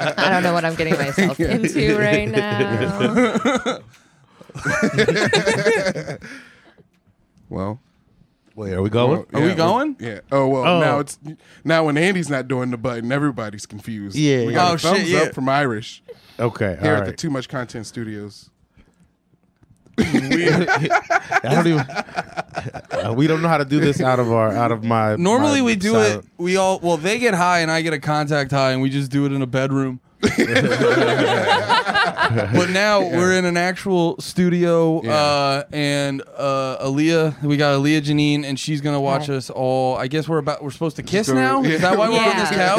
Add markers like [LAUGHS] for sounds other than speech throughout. I don't know what I'm getting myself into right [LAUGHS] now. Well, Wait, are we going? Are we yeah, going? Yeah. Oh well. Oh. Now it's now when Andy's not doing the button, everybody's confused. Yeah. We got a Oh, shit, thumbs yeah. up from Irish Okay, all here at the right. Too Much Content Studios. [LAUGHS] I don't even. Uh, we don't know how to do this out of our out of my. Normally my we do silent- it. We all well, they get high and I get a contact high, and we just do it in a bedroom. [LAUGHS] but now we're in an actual studio, uh, and uh, Aaliyah, we got Aaliyah Janine, and she's gonna watch Hi. us all. I guess we're about we're supposed to kiss gonna- now. yeah. Is that why we're on this Yeah.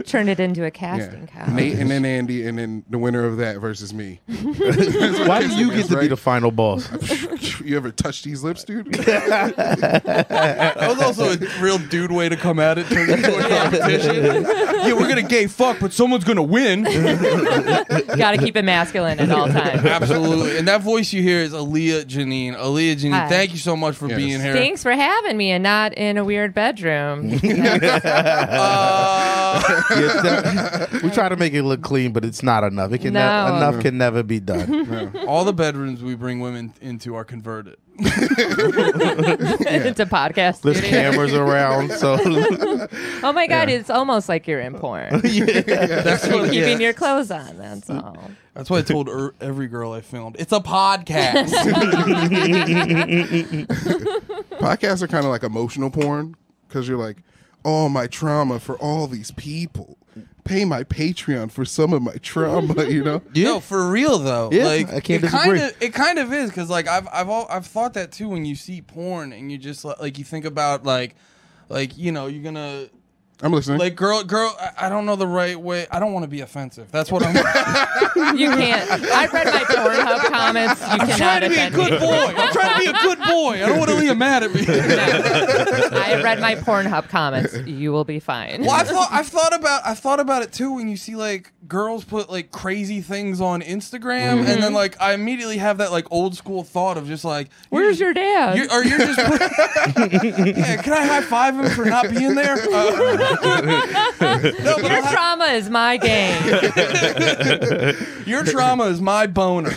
couch? Turned it into a Yeah. casting couch. [LAUGHS] Nate and then Andy and then the winner of that versus me. Why do you get to be right? the final boss? You ever touch these lips, dude? That was also a real dude way to come at it. Turn it into a competition. yeah, we're gonna gay fuck, but someone's gonna win. Got to keep it masculine at [LAUGHS] all times. Absolutely. And that voice you hear is Aaliyah Janine. Aaliyah Janine, Hi. thank you so much for Yes. being here. Thanks for having me, and not in a weird [LAUGHS] bedroom. [LAUGHS] Uh, Yeah, that- we try to make it look clean, but it's not enough. It can nev- No. enough can never [LAUGHS] be done. [LAUGHS] all the bedrooms we bring women into are converted. it's a podcast. There's studio. cameras [LAUGHS] around, [LAUGHS] so Oh my god, it's almost like you're in [LAUGHS] porn. That's You're what, [LAUGHS] keeping yeah. your clothes on. That's all. That's what I told er- every girl I filmed. It's a podcast. Podcasts are kind of like emotional porn because you're like, all my trauma for all these people. Pay my Patreon for some of my trauma, you [LAUGHS] know? [LAUGHS] No, for real though. Yeah, like I can't it disagree. Kind of, it kind of is because like I've I've all, I've thought that too when you see porn and you just li- like you think about like like you know you're gonna I'm listening. like girl girl I, I don't know the right way I don't want to be offensive. That's what I'm. You can't. I read my Pornhub comments. You I'm cannot trying to be a offend good me. boy. [LAUGHS] I'm trying to be a good boy. I don't want to leave mad at me. I read my Pornhub comments. You will be fine. [LAUGHS] Well, I've thought, I've thought about I've thought about it too. When you see like girls put like crazy things on Instagram, and Mm-hmm. then like I immediately have that like old school thought of just like, Where's your dad? You're, or [LAUGHS] you're just [LAUGHS] yeah, can I high five him for not being there? [LAUGHS] [LAUGHS] Uh, no, [LAUGHS] but Your I'll have- trauma is my game. your trauma is my boner.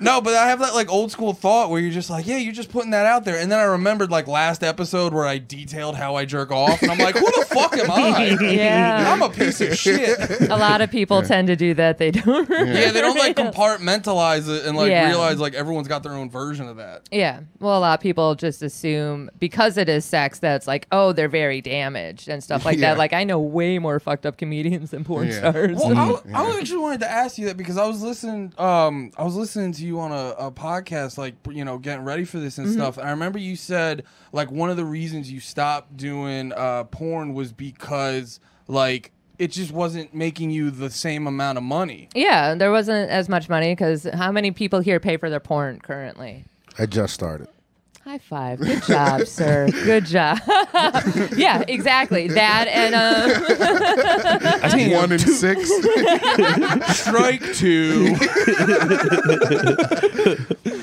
No, but I have that like old school thought where you're just like, yeah, you're just putting that out there. And then I remembered like last episode where I detailed how I jerk off, and I'm like, who the fuck am I? [LAUGHS] Yeah. I'm a piece of [LAUGHS] shit. A lot of people tend to do that. They don't. Yeah, they don't like compartmentalize it and like Yeah. realize like everyone's got their own version of that. Yeah. Well, a lot of people just assume because it is sex that's like, oh, they're very damaged and stuff like Yeah. that. Like, I know way more fucked up comedians than porn Yeah. stars. Well, I, I actually wanted to ask you that because I was listening. Um, I was listening to you on a, a podcast, like you know, getting ready for this and stuff. And I remember you said like one of the reasons you stopped doing uh, porn was because like it just wasn't making you the same amount of money. yeah, there wasn't as much money because how many people here pay for their porn currently? I just started. High five. Good [LAUGHS] job, sir. Good job. [LAUGHS] yeah, exactly. That and um, One in six. [LAUGHS] Strike two.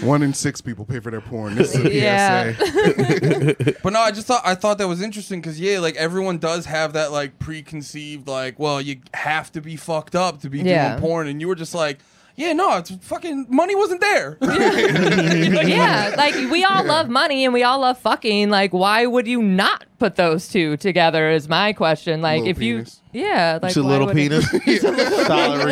One in six people pay for their porn. This is a [LAUGHS] Yeah. PSA. But no, I just thought I thought that was interesting because yeah, like everyone does have that like preconceived like, well, you have to be fucked up to be Yeah. doing porn, and you were just like, yeah, no, it's fucking money wasn't there. [LAUGHS] [LAUGHS] yeah, like we all love money and we all love fucking. Like, why would you not put those two together? Is my question. Like, Little if penis. you, yeah, like It's a why little would it- penis. [LAUGHS] Solid [LAUGHS]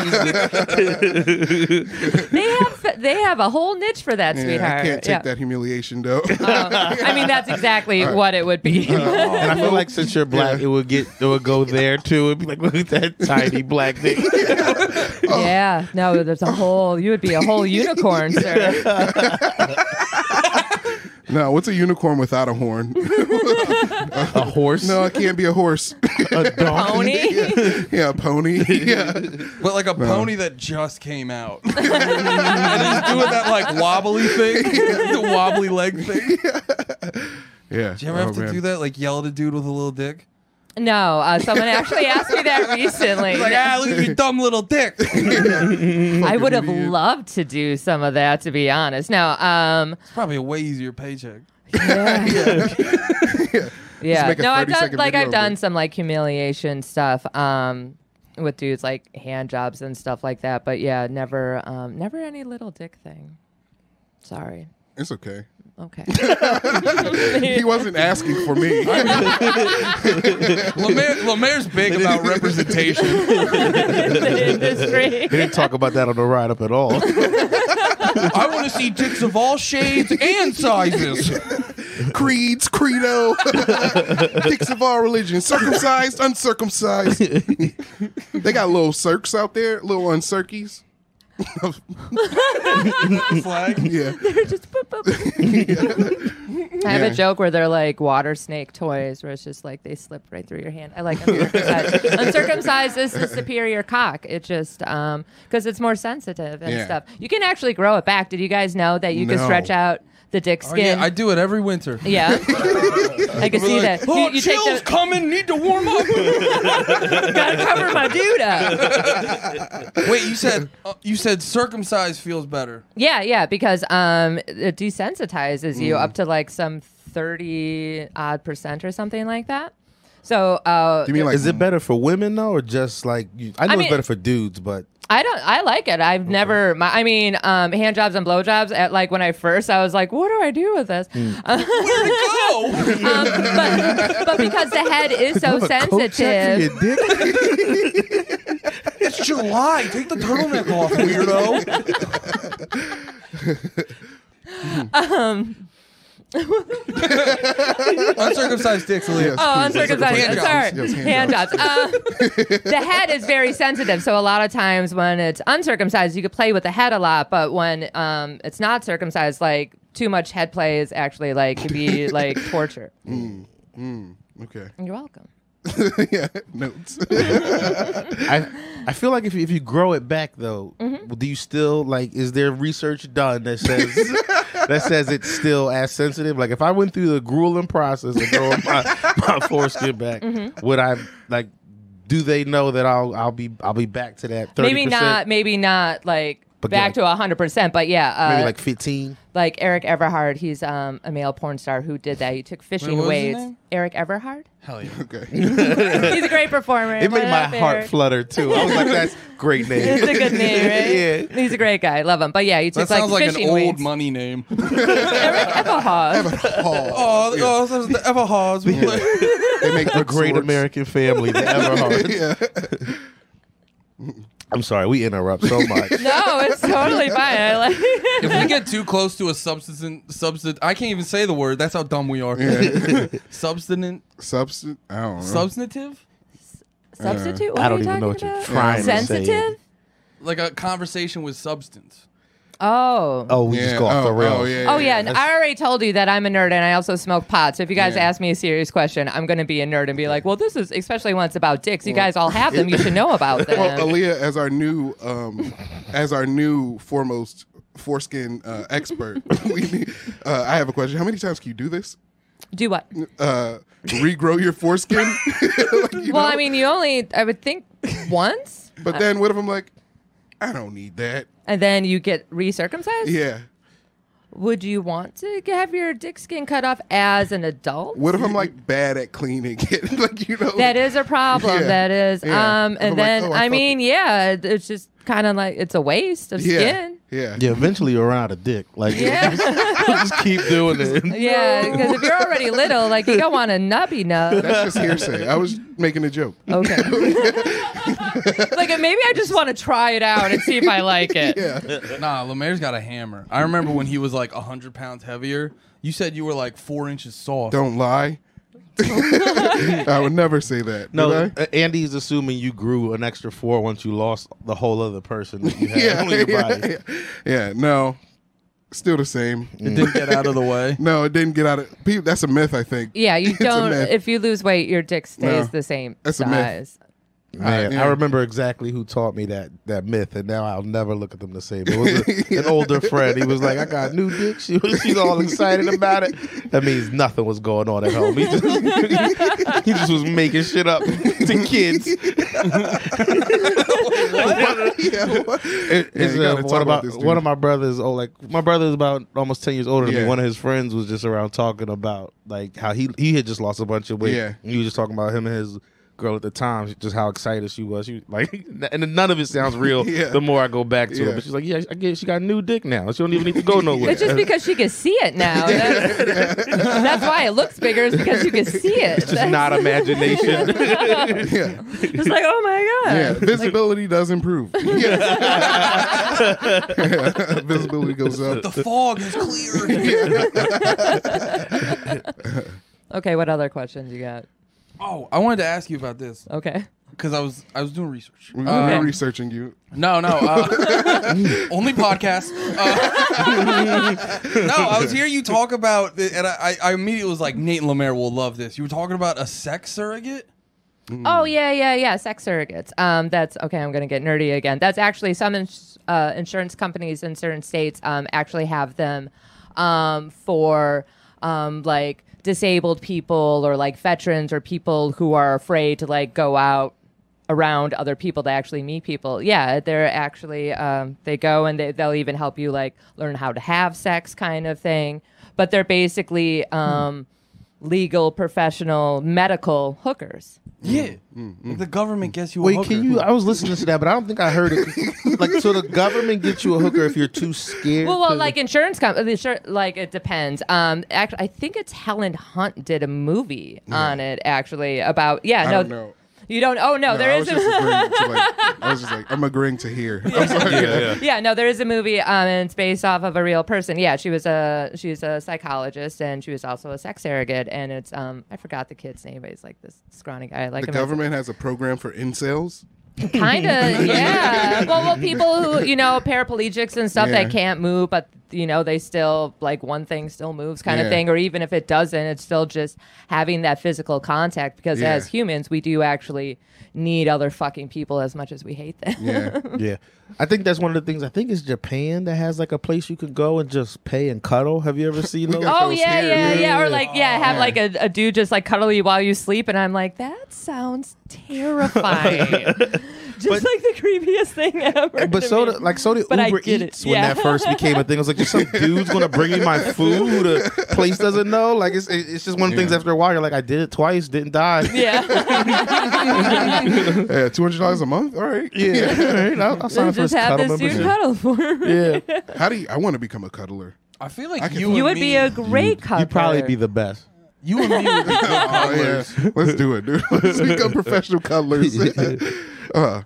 reason. Solid reason. They have they have a whole niche for that, Yeah, sweetheart. I can't take that humiliation, though. [LAUGHS] Um, I mean, that's exactly what it would be. Oh. And I feel like since you're black, it would get it would go there too. It'd be like, look at that tiny black thing. [LAUGHS] yeah, no, there's a whole. You would be a whole [LAUGHS] unicorn, sir. no, what's a unicorn without a horn? [LAUGHS] A horse. no, it can't be a horse. [LAUGHS] A donkey. Pony. yeah, a pony. [LAUGHS] yeah. But like a pony that just came out. [LAUGHS] and he's doing that like wobbly thing, [LAUGHS] the wobbly leg thing. Do Yeah. you ever Oh, have to man. do that? Like yell at a dude with a little dick? No, uh, someone actually asked me [LAUGHS] that recently. He's like, ah, look at your dumb little dick. [LAUGHS] It's I would have idiot. loved to do some of that, to be honest. Now, um, probably a way easier paycheck. [LAUGHS] Yeah. yeah. make a No, I've done 30 second like video I've of done it. some like humiliation stuff um with dudes like hand jobs and stuff like that. But yeah, never um never any little dick thing. Sorry. It's okay. [LAUGHS] Okay. [LAUGHS] He wasn't asking for me. [LAUGHS] Lemaire, Lemaire's big [LAUGHS] about representation. the industry. They didn't talk about that on the ride up at [LAUGHS] all. I want to see dicks of all shades and sizes. [LAUGHS] [LAUGHS] Creeds, credo, [LAUGHS] dicks of all religions, circumcised, uncircumcised. [LAUGHS] they got little circs out there, little uncircies. Flag. Yeah, Just boop, boop, boop. I have [LAUGHS] Yeah. a joke where they're like water snake toys, where it's just like they slip right through your hand. I like uncircumcised. [LAUGHS] uncircumcised is the superior cock. It just um because it's more sensitive and Yeah. stuff. You can actually grow it back. Did you guys know that you can No. stretch out the dick Oh, skin? yeah, I do it every winter. [LAUGHS] yeah, I can see that. Oh, You, you take chills the coming. Need to warm [LAUGHS] up. gotta cover my dude up. Wait, you said uh, you said circumcised feels better. Yeah, yeah, because um, it desensitizes Mm. you up to like some thirty odd percent or something like that. So uh, you mean like Mm, Is it better for women though, or just like you? I know mean- it's better for dudes, but I don't. I like it. I've never. My, I mean, um, hand jobs and blowjobs. At like when I first, I was like, "What do I do with this?" [LAUGHS] Where to [LAUGHS] go? Um, but but because the head is so Coat check for sensitive, your dick? It's July. Take the turtleneck off, [LAUGHS] weirdo. Um, [LAUGHS] Uncircumcised dicks, Aaliyah. oh, uncircumcised. Hand jobs. Sorry, Yes, hand hand jobs. Um, the head is very sensitive, so a lot of times when it's uncircumcised, you could play with the head a lot. But when um, it's not circumcised, like too much head play is actually like could be like torture. okay? You're welcome. [LAUGHS] yeah, notes. [LAUGHS] I I feel like if you, if you grow it back though, Mm-hmm. do you still like? Is there research done that says [LAUGHS] that says it's still as sensitive? Like if I went through the grueling process of growing my, [LAUGHS] my foreskin back, Mm-hmm. would I like? Do they know that I'll I'll be I'll be back to that? 30%? Maybe not. Maybe not like. But back to yeah. to hundred percent, but yeah, uh, Maybe like fifteen. like Eric Everhard. He's um, a male porn star who did that. He took fishing what was his weights. name? Eric Everhard. [LAUGHS] Hell yeah. Okay, [LAUGHS] [LAUGHS] He's a great performer. It made What my up, heart Eric? flutter too. I was like, that's [LAUGHS] great It's a name. good [LAUGHS] [LAUGHS] name, right? He's a great guy. Love him. But yeah, he That took like sounds like an fishing old weights. money name. [LAUGHS] Eric Everhard. Paul. [LAUGHS] Oh, oh, those are the Everhards. [LAUGHS] They make The great swords. [LAUGHS] American family, the Everhard. Yeah, I'm sorry, we interrupt [LAUGHS] so much. no, it's [LAUGHS] totally fine. I like. if we get too close to a substance, substance, I can't even say the word. That's how dumb we are. [LAUGHS] Substant, substance. I don't know. substantive, [LAUGHS] Substitute? What I don't are you even know what talking you're about? trying to say. Sensitive? like a conversation with substance. Oh. Oh, we just Yeah, go off oh, the rails. oh, yeah, Oh yeah, and That's- I already told you that I'm a nerd and I also smoke pot. So if you guys Yeah. ask me a serious question, I'm going to be a nerd and be like, "Well, this is especially when it's about dicks. You guys all have them. You should know about [LAUGHS] them." Well, Aaliyah, as our new, um, as our new foremost foreskin uh, expert, [LAUGHS] we need, uh, I have a question. How many times can you do this? Do what? Uh, regrow your foreskin? [LAUGHS] Like, you well, know? I mean, uh, you only I would [LAUGHS] think once, but then what if I'm like, I don't need that. and then you get recircumcised. Yeah. Would you want to have your dick skin cut off as an adult? What if I'm like bad at cleaning it? [LAUGHS] like you know, That is a problem. Yeah. That is. Yeah. Um, I'm and like, then oh, I I, fuck mean, yeah, it- it's just kind of like it's a waste of yeah, [LAUGHS] skin. yeah, Yeah, eventually you'll run out of dick. Like, [LAUGHS] Yeah. just keep doing [LAUGHS] it. Yeah, because if you're already little, like you don't want a nubby nub. That's just hearsay. I was making a joke. [LAUGHS] [LAUGHS] Okay. [LAUGHS] like maybe I just want to try it out and see if I like it. [LAUGHS] Yeah, Nah, Lemaire's got a hammer. I remember when he was like hundred pounds heavier. You said you were like four inches soft. don't lie. [LAUGHS] I would never say that. No, did I? uh, Andy's assuming you grew an extra four once you lost the whole other person that [LAUGHS] you [LAUGHS] had yeah, on your body. yeah, yeah. Yeah, no, still the same. It didn't [LAUGHS] get out of the way. [LAUGHS] No, it didn't get out of. People, that's a myth, I think. Yeah, you It's a don't. myth. If you lose weight, your dick stays No, the same that's a myth. size. Man, yeah. I remember exactly who taught me that that myth, and now I'll never look at them the same. It was a- an older friend. He was like, "I got new dick." She was, she's all excited about it. That means nothing was going on at home. He just, [LAUGHS] he just was making shit up to kids. [LAUGHS] yeah, what? It- Yeah, it's, you gotta uh, talk one of my about this, dude. one of my brothers. Oh, like my brother is about almost ten years older than Yeah. me. One of his friends was just around talking about like how he he had just lost a bunch of weight. Yeah. and he was just talking about him and his girl at the time, just how excited she was. She was like, [LAUGHS] and none of it sounds real. [LAUGHS] Yeah. The more I go back to Yeah. it, but she's like, yeah, I guess she got a new dick now. She don't even need to [LAUGHS] go nowhere. It's just because she can see it [LAUGHS] now. That's, that's why it looks bigger. Is because you can see it. It's just [LAUGHS] not imagination. yeah, It's like, oh my god. yeah. Visibility [LAUGHS] does improve. Yes. [LAUGHS] Visibility goes up. The fog is [LAUGHS] clear. Okay, what other questions you got? oh, I wanted to ask you about this Okay. because I was I was doing research. We're Um, researching you. No, no. Uh, [LAUGHS] only podcast. Uh, [LAUGHS] no, I was hearing you talk about, the, and I, I immediately was like, Nate Lemaire will love this. You were talking about a sex surrogate. Oh yeah, yeah, yeah. Sex surrogates. Um, that's okay. I'm gonna get nerdy again. That's actually some ins- uh, insurance companies in certain states um, actually have them um, for um, like disabled people or like veterans or people who are afraid to like go out around other people to actually meet people. Yeah, they're actually um, they go and they, they'll even help you like learn how to have sex, kind of thing. But they're basically um, legal, professional, medical hookers. Yeah, Like, the government gets you. a Wait, hooker. can you? uh, I was listening to that, but I don't think I [LAUGHS] heard it. Like, so the government gets you a hooker if you're too scared. Well, well, to- like insurance company, like it depends. Um, actually, I think it's Helen Hunt did a movie on it. Actually, about yeah, I no, don't know. you don't. Oh no, No, there I is was a- just agreeing to like. I was just like, I'm agreeing to hear. I'm sorry. [LAUGHS] yeah, [LAUGHS] yeah, no, there is a movie, um, and it's based off of a real person. Yeah, she was a she's a psychologist, and she was also a sex surrogate, and it's um, I forgot the kid's name, but he's like this scrawny guy. I like The him as a- government has a program for incels. [LAUGHS] kind of [LAUGHS] yeah well, well people who you know paraplegics and stuff Yeah. that can't move but you know they still like one thing still moves kind Yeah. of thing or even if it doesn't it's still just having that physical contact because Yeah. as humans we do actually need other fucking people as much as we hate them Yeah, yeah, yeah. I think that's one of the things. I think it's Japan that has like a place you can go and just pay and cuddle. Have you ever [LAUGHS] seen those? Oh, got [LAUGHS] Oh those yeah, here. yeah, Yeah. yeah, or like yeah, have Yeah. like a, a dude just like cuddle you while you sleep, and I'm like, that sounds [LAUGHS] terrifying, [LAUGHS] just like the creepiest thing [LAUGHS] ever. But to so me. did, like so did But I Uber get it. Eats when Yeah. that first became a thing. I was like, just some dude's gonna bring me my food. who The place doesn't know. Like it's it- it's just one of the things. Yeah. After a while, you're like, I did it twice, didn't die. yeah. yeah. Two hundred dollars a month. All right. [LAUGHS] Yeah, all right, I'll, I'll sign So up for his just have cuddle this dude membership. cuddle for me. Yeah, [LAUGHS] How do you? I want to become a [LAUGHS] cuddler. I feel I like can- you, You and would me, be a great cuddler. you'd probably be the best. you and me would be good Oh yeah, cuddlers. let's do it, dude. Let's become professional [LAUGHS] cuddlers. uh,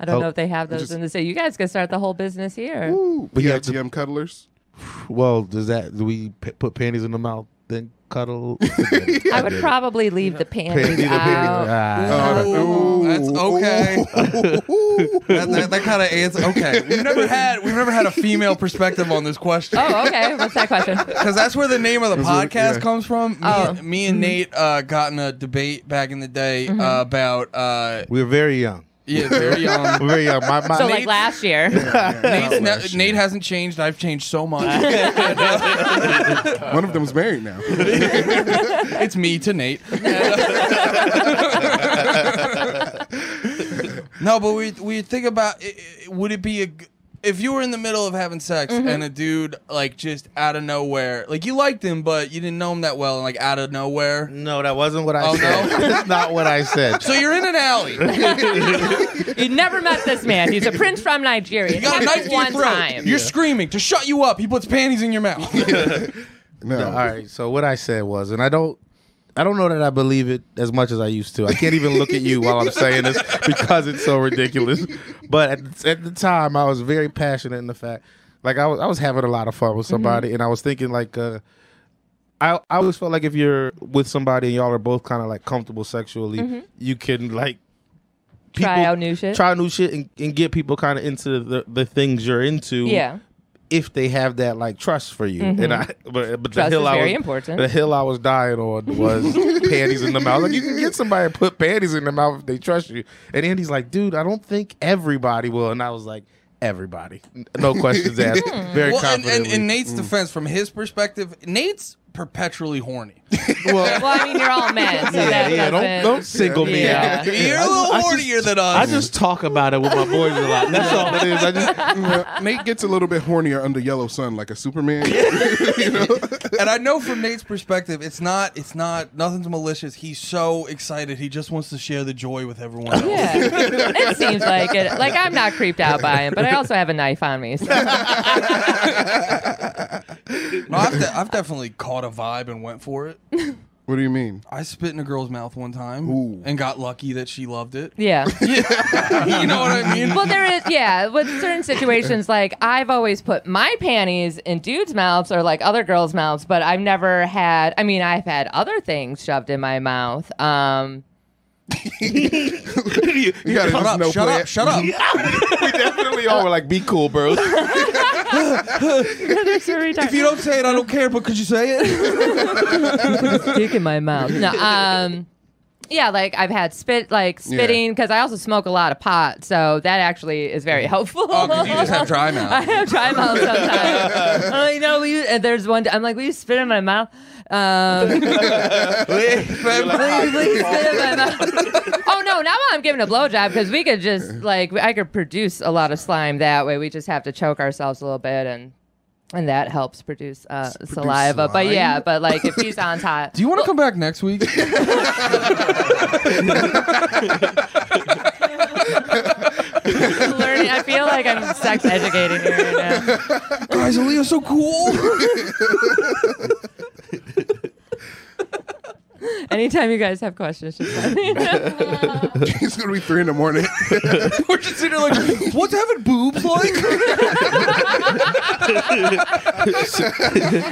I don't know Oh, if they have those in the city. You guys could start the whole business here. ooh, But you have to- PITM cuddlers. Well, does that do we p- put panties in the mouth then cuddle? [LAUGHS] I would probably leave the panties [LAUGHS] out. Ah. Uh, Ooh, Oh, that's okay. Ooh. That, that, that kind of answer. Okay, we've never had we've never had a female perspective on this question. Oh, okay. What's that question? Because that's where the name of the That's where- podcast yeah. comes from. Me, Oh. me and Nate uh, got in a debate back in the day Mm-hmm. uh, about uh, we were very young. yeah, [LAUGHS] very young. We We're very young. My, my, So, Nate's- like last year. Nate's ne- Nate hasn't changed. I've changed so [LAUGHS] much. [LAUGHS] One of them's married [LAUGHS] now. it's me to Nate. [LAUGHS] no, but we we think about i i- would it be a g- if you were in the middle of having sex Mm-hmm. and a dude like just out of nowhere, like you liked him but you didn't know him that well, and like out of nowhere. no, that wasn't what I Oh, said. [LAUGHS] no? That's not what I said. So you're in an alley. You never met this man. He's a prince from Nigeria. [LAUGHS] You got a It knife happened to your one throat. time. You're screaming to shut you up. He puts panties in [LAUGHS] your mouth. [LAUGHS] No, All right. So what I said was, and I don't, I don't know that I believe it as much as I used to. I can't even look at you while I'm saying this because it's so ridiculous. But at, at the time, I was very passionate in the fact, like I was, I was having a lot of fun Mm-hmm. with somebody, and I was thinking like. uh I, I always felt like if you're with somebody and y'all are both kind of like comfortable sexually, you can like Mm-hmm. Try out new shit. try new shit, and, and get people kind of into the, the things you're into. Yeah. if they have that like trust for you. And I, but, but Mm-hmm. the Trust hill is I very was, important. The hill I was dying on [LAUGHS] was panties in the mouth. Like you can get somebody to put panties in their mouth if they trust you. And Andy's like, dude, I don't think everybody will. And I was like, everybody, no [LAUGHS] questions asked, very Well, and, and confidently. in Nate's Mm. defense, from his perspective, Nate's perpetually [LAUGHS] horny. well, [LAUGHS] Well, I mean, you're all men, so that yeah, don't- doesn't- don't single me Yeah. out. You're Yeah, I a little just- I just- hornier than us. I just talk about it with my boys a lot. That's all [LAUGHS] it is. I just Yeah, Nate gets a little bit hornier under yellow sun, like a [LAUGHS] Superman. and I know from Nate's perspective, it's not, it's not, nothing's malicious. He's so excited. He just wants to share the joy with everyone else. Yeah, it seems like it. Like I'm not creeped out by him, but I also have a knife on me. So. No, I've, de- I've definitely caught a vibe and went for it. what do you mean? [LAUGHS] I spit in a girl's mouth one time Ooh. and got lucky that she loved it. Yeah. [LAUGHS] you know what I mean? Well, there is, yeah, with [LAUGHS] certain situations, like I've always put my panties in dudes' mouths or like other girls' mouths, but I've never had, I mean, I've had other things shoved in my mouth. [LAUGHS] Um, you, You gotta shut just up, know shut play up, it. shut up. we definitely all were like, be cool, bro. If you don't say it, I don't care, but could you say [LAUGHS] it? dick in my mouth. No, um, yeah, like I've had spit, like spitting, because I also smoke a lot of pot, so that actually is very helpful. Oh, 'cause you just have dry mouth. [LAUGHS] I have dry mouth [LAUGHS] sometimes. I'm like, no, will you, and there's one. I'm like, will you spit in my mouth? Um, please, please spit [LAUGHS] in my mouth. [LAUGHS] Oh no! Now I'm giving a blowjob because we could just like I could produce a lot of slime that way. We just have to choke ourselves a little bit, and and that helps produce, uh, saliva. But slime? yeah, but like if he's on top, Do you want to come back [LAUGHS] next week? learning. I feel like I'm sex educating you right [LAUGHS] now. Guys, Aaliyah's [LAUGHS] so cool. Anytime you guys have questions, just let me know. it's gonna be three in the morning. [LAUGHS] We're just sitting there like, what's having boobs like?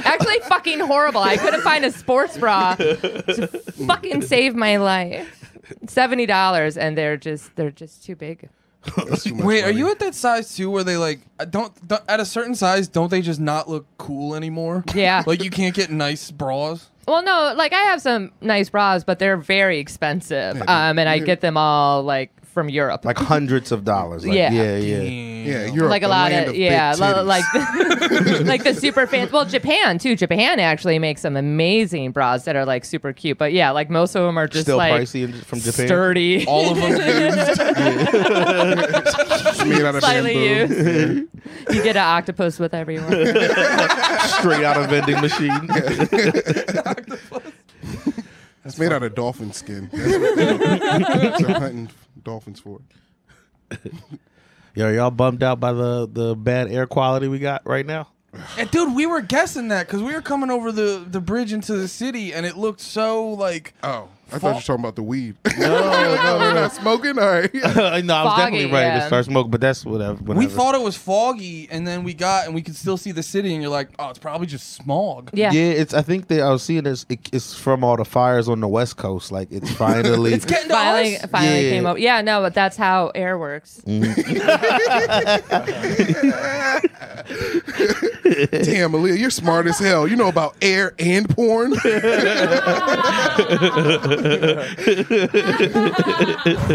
Actually, fucking horrible. I couldn't find a sports bra to fucking save my life. Seventy dollars, and they're just they're just too big. That's too much Wait, are money. you at that size too, where they like uh, don't, don't at a certain size don't they just not look cool anymore? Yeah. [LAUGHS] like you can't get nice bras. Well, no, like I have some nice bras, but they're very expensive. Um, and I get them all like from Europe. Like hundreds of dollars. Like, Yeah. yeah, yeah. Yeah, Yeah, you're like a the lot land of, big yeah lo- titties. like like [LAUGHS] the super fans well japan too japan actually makes some amazing bras that are like super cute but yeah like most of them are just Still like pricey in, from Japan. sturdy all of them. Used. It's made [LAUGHS] out of slightly bamboo. used you get an octopus with everyone Straight out of vending machine. It's made out of dolphin skin. That's what they're hunting dolphins for. [LAUGHS] Yo, y'all bummed out by the the bad air quality we got right [LAUGHS] now? [LAUGHS] And dude, we were guessing that because we were coming over the the bridge into the city, and it looked so like Oh, I Fuck. thought you were talking about the weed. No, no, [LAUGHS] We're not smoking. All [LAUGHS] right. no. I was definitely ready yeah. to start smoking, but that's whatever. we whatever. thought it was foggy, and then we got and we could still see the city, and you're like, oh, it's probably just smog. yeah, Yeah, it's. I think that I was seeing this. It, it's from all the fires on the West Coast. Like [LAUGHS] it's finally. It's getting to finally us. finally Yeah. came up yeah no but that's how air works Damn, Aaliyah, you're smart as hell. You know about air and porn. [LAUGHS]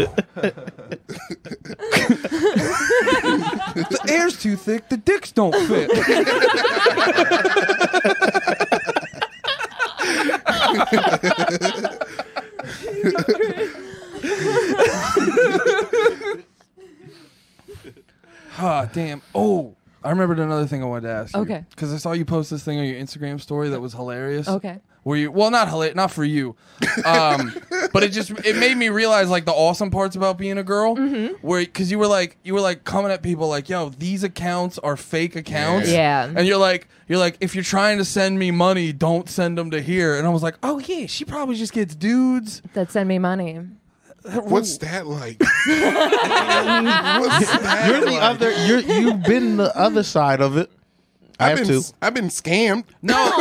The air's too thick. The dicks don't fit. Ah, damn. Oh, I remembered another thing I wanted to ask. Okay. Because I saw you post this thing on your Instagram story that was hilarious. Okay. Were you well? Not hilarious. Not for you. [LAUGHS] Um, but it just it made me realize like the awesome parts about being a girl. Mm-hmm. Where because you were like you were like coming at people like, yo, these accounts are fake accounts. Yeah. And you're like you're like if you're trying to send me money, don't send them to here. And I was like, oh yeah, she probably just gets dudes. that send me money What's that [LAUGHS] like? What's that you're the like? other. You're you've been the other side of it. I I've have been, to. I've been scammed. [LAUGHS] No,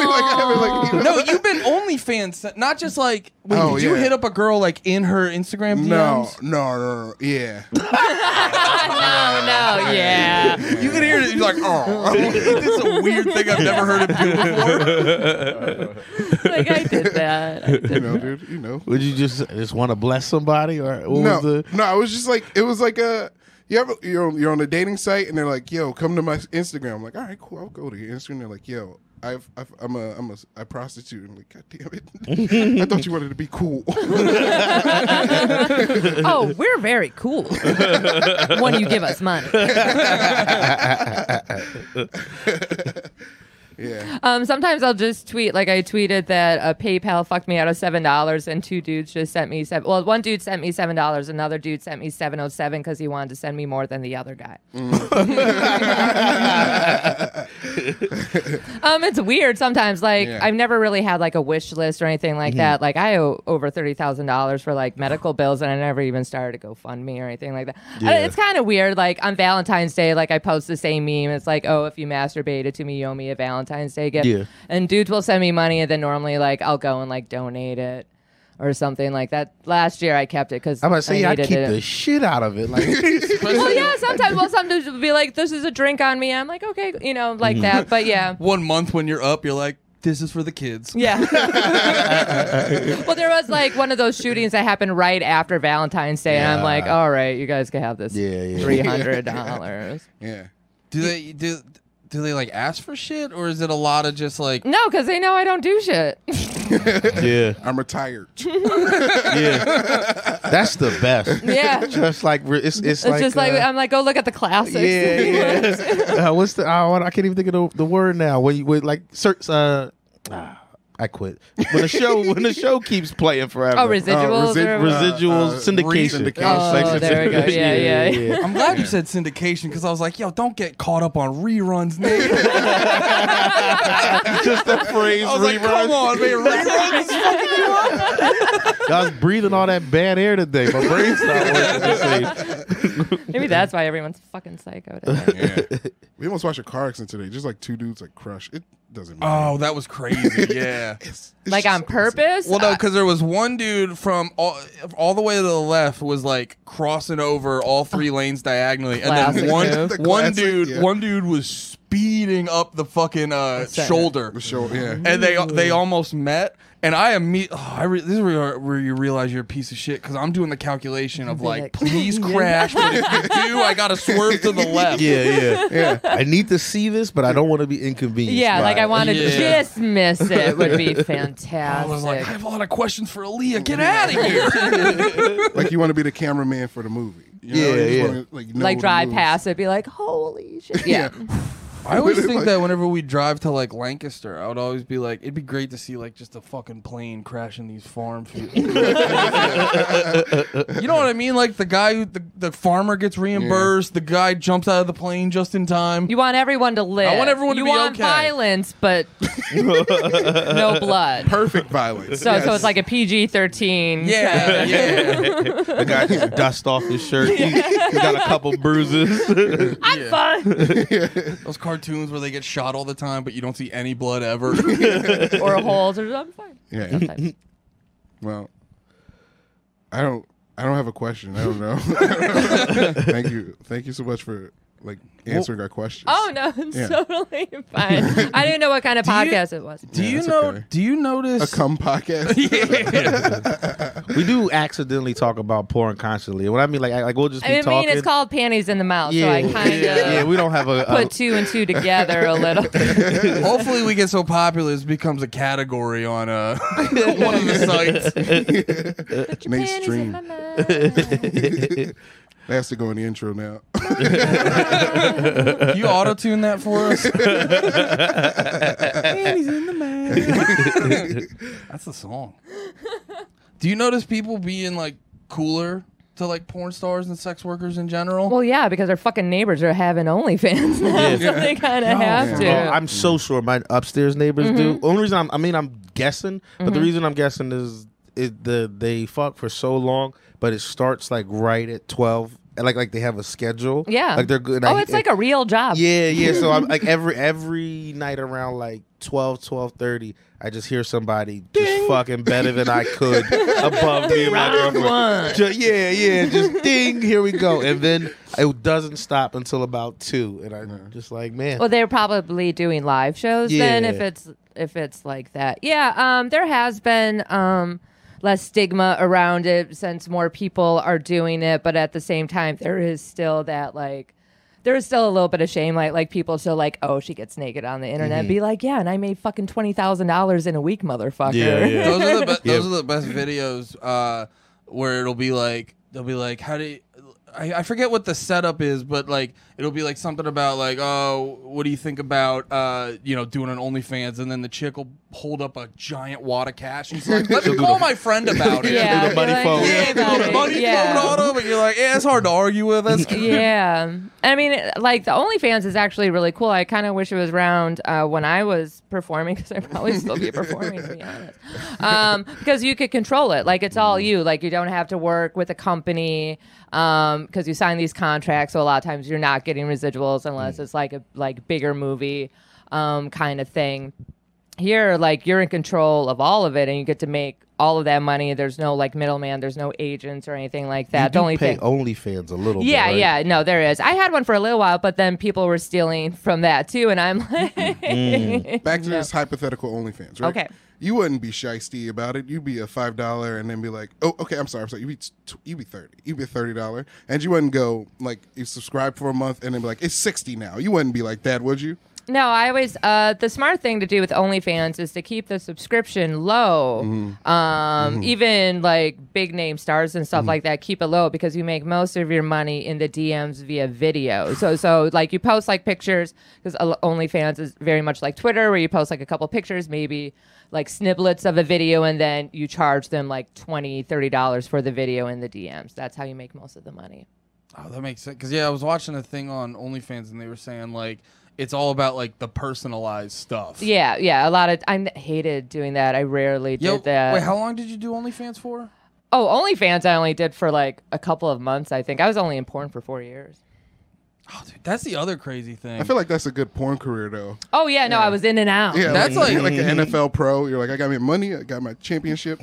No, [LAUGHS] you've been OnlyFans, sen- not just like. Wait, Oh, did you yeah. hit up a girl like in her Instagram DMs? [LAUGHS] no, no, no, no, yeah. Oh no, yeah. You can hear it. You're like, oh, [LAUGHS] this is a weird thing I've never heard him do before. like I did that. I did You know, dude, you know. Would you just just want to bless somebody or what No, was the? no, I was just like, it was like a. You ever, you're, on- you're on a dating site and they're like, "Yo, come to my Instagram." I'm like, "All right, cool, I'll go to your Instagram." They're like, "Yo, I've, I've I'm a I'm a I prostitute." I'm like, "God damn it! [LAUGHS] I thought you wanted to be cool." [LAUGHS] oh, we're very cool when you give us money. yeah, Um, sometimes I'll just tweet, like I tweeted that a PayPal fucked me out of seven dollars, and two dudes just sent me seven. Well, one dude sent me seven dollars, another dude sent me seven oh seven because he wanted to send me more than the other guy. [LAUGHS] um, it's weird sometimes. Like Yeah. I've never really had like a wish list or anything like that. Like I owe over thirty thousand dollars for like medical bills, and I never even started a GoFundMe or anything like that. I- Uh, it's kind of weird. Like on Valentine's Day, like I post the same meme. It's like, oh, if you masturbated to me, you owe me a Valentine's Day gift. Yeah. And dudes will send me money, and then normally like I'll go and like donate it. Or something like that. Last year I kept it because I'm about to say I, needed keep it. the shit out of it. [LAUGHS] Like [LAUGHS] Well, yeah, sometimes. Well, sometimes it'll be like, "This is a drink on me." I'm like, "Okay," you know, Mm. like that. But yeah, One month when you're up, you're like, this is for the [LAUGHS] kids. yeah. well, there was like one of those shootings that happened right after Valentine's Day, and I'm like, Yeah. "All right, you guys can have this Yeah, yeah. three hundred dollars." yeah. Do they do? Do they like ask for shit, or is it a lot of just like? No, because they know I don't do shit. [LAUGHS] yeah, I'm retired. yeah. That's the best. yeah, it's Just like we're- it's it's, like, just like uh, I'm like, "Go look at the classics." Oh, yeah, [LAUGHS] yeah. [LAUGHS] uh, what's the? Oh, I can't even think of the, the word now. When you when, like search. Uh, ah, I quit. When the show when the show keeps playing forever. Oh, residuals. resi- or- residual uh, syndication. re-syndication. Oh, there we go. Yeah, yeah, yeah. I'm [LAUGHS] glad you said syndication because I was like, yo, don't get caught up on reruns, [LAUGHS] nigga. [LAUGHS] Just the phrase I was like, come on, man, reruns. is fucking- I was breathing all that bad air today. My brain's not working the same. Maybe that's why everyone's fucking psycho. today. Yeah. we almost watched a car accident today. Just like two dudes like crush. It doesn't matter. Oh, that [LAUGHS] was crazy. Yeah. It's- [LAUGHS] it's like just on so purpose. Well, no, Uh, because there was one dude from all, all the way to the left was like crossing over [SIGHS] all three lanes diagonally, and Classic then one move. The one classic, dude yeah. one dude was speeding up the fucking uh, it. shoulder, The show, yeah. [LAUGHS] and they they almost met. And I immediately, oh, I re- this is where, where you realize you're a piece of shit because I'm doing the calculation of Be like, like- please crash, but if you do, I gotta swerve to the left. Yeah, yeah, yeah. I need to see this, but I don't want to be inconvenienced. Yeah, by like I it. want to Yeah. just miss it would be I fantastic. was like, I have a lot of questions for Aaliyah. Get out of here. like you want to be the cameraman for the movie. You know? Yeah, You just yeah. wanna, like, know like the drive moves. past it, be like, holy shit. Yeah. I always think Like- that whenever we drive to like Lancaster, I would always be like, it'd be great to see like just a fucking plane crashing these farm fields. [LAUGHS] you know what I mean? Like the guy who the, the farmer gets reimbursed, the guy jumps out of the plane just in time. You want everyone to live. want everyone to you be want okay. violence, but [LAUGHS] no blood. Perfect [LAUGHS] violence. so, Yes. so it's like a PG 13. [LAUGHS] yeah, yeah. the guy just dust off his shirt. He, he got a couple bruises. I'm fine. Those cartoons where they get shot all the time, but you don't see any blood [LAUGHS] ever. Wait, or holes, or I'm fine. yeah. Sometimes. Well, I don't. I don't have a question. I don't know. thank you. Thank you so much for like answering our questions. Oh, no, [LAUGHS] it's Yeah. totally fine. I didn't know what [LAUGHS] kind of you- podcast it was. [LAUGHS] do Yeah, you it's know? okay. Do you a notice? [LAUGHS] cum [LAUGHS] podcast. we do accidentally talk about porn constantly. What I mean, like, I, like we'll just be I mean, talking. it's called Panties in the Mouth, yeah, so I kind of yeah, yeah, we uh, don't have a, a put two and two together a [LAUGHS] little. Hopefully, we get so popular this becomes a category on uh, [LAUGHS] one of the sites. [LAUGHS] Mainstream. mouth. That has to go in the intro now. Can you auto tune that for [LAUGHS] us? [LAUGHS] That's the song. Do you notice people being like cooler to like porn stars and sex workers in general? Well, yeah, because our fucking neighbors are having OnlyFans now, so they kind of have to. Oh, I'm so sure my upstairs neighbors do. Mm-hmm. Only reason I'm, I mean, I'm guessing, but the reason I'm guessing is it, the they fuck for so long, but it starts like right at twelve like like they have a schedule. Yeah. like they're good. Oh, I- it's like a real job. [LAUGHS] yeah, yeah. So I'm like every every night around like 12, 12.30, I just hear somebody just fucking better than [LAUGHS] I could above me and my Round girlfriend. one. Ju- yeah, yeah, just ding, here we go. And then it doesn't stop until about two. And I'm just like, man. Well, they're probably doing live shows then Yeah. if it's if it's like that. Yeah, um there has been um less stigma around it since more people are doing it, but at the same time there is still that like there is still a little bit of shame, like like people still like, oh, she gets naked on the internet. Mm-hmm. Be like, yeah, and I made fucking twenty thousand dollars in a week, motherfucker. Yeah, yeah. [LAUGHS] those are the be- Yeah. those are the best videos uh, where it'll be like they'll be like how do you, I, I forget what the setup is but like it'll be like something about like oh what do you think about uh, you know doing an OnlyFans and then the chick will hold up a giant wad of cash and she's like let me call [LAUGHS] my friend about [LAUGHS] it Yeah, the money you're like, phone. "Yeah, [LAUGHS] Yeah, about the it." money Yeah. thrown on 'em, and you're like, yeah, it's hard to argue with. That's yeah. I mean, like the OnlyFans is actually really cool. I kind of wish it was around uh, when I was performing [LAUGHS] because I'd probably still be performing, to be honest. Um, because you could control it. Like it's all Mm. you. Like you don't have to work with a company because you sign these contracts. So a lot of times you're not getting residuals unless Mm. it's like a like bigger movie um, kind of thing here like you're in control of all of it and you get to make all of that money there's no like middleman there's no agents or anything like that you the do only pay thing OnlyFans a little yeah, bit. right? yeah, no, there is. I had one for a little while, but then people were stealing from that too, and [LAUGHS] I'm Hmm. like, Back to this hypothetical OnlyFans, right? Okay. You wouldn't be shysty about it. You'd be a five dollar and then be like, "Oh, okay, I'm sorry, I'm sorry." You'd be t- you'd be thirty, you'd be thirty dollar, and you wouldn't go like you subscribe for a month and then be like, "It's sixty now." You wouldn't be like that, would you? no, I always. Uh, the smart thing to do with OnlyFans is to keep the subscription low. Mm-hmm. Um, even like big name stars and stuff like that, keep it low because you make most of your money in the DMs via video. So, so like you post like pictures because OnlyFans is very much like Twitter, where you post like a couple pictures, maybe like snippets of a video and then you charge them like 20 30 dollars for the video in the dms that's how you make most of the money Oh, that makes sense. Because yeah, I was watching a thing on OnlyFans and they were saying like it's all about like the personalized stuff. yeah yeah a lot of i hated doing that i rarely Yo, did that wait, how long did you do OnlyFans for? oh onlyfans i only did for like a couple of months i think i was only in porn for four years Oh, dude, that's the other crazy thing. Mm. I feel like that's a good porn career though. oh yeah no i was in and out Yeah, That's like, like- like [LAUGHS] an NFL pro. You're like, I got my money, I got my [LAUGHS] championship.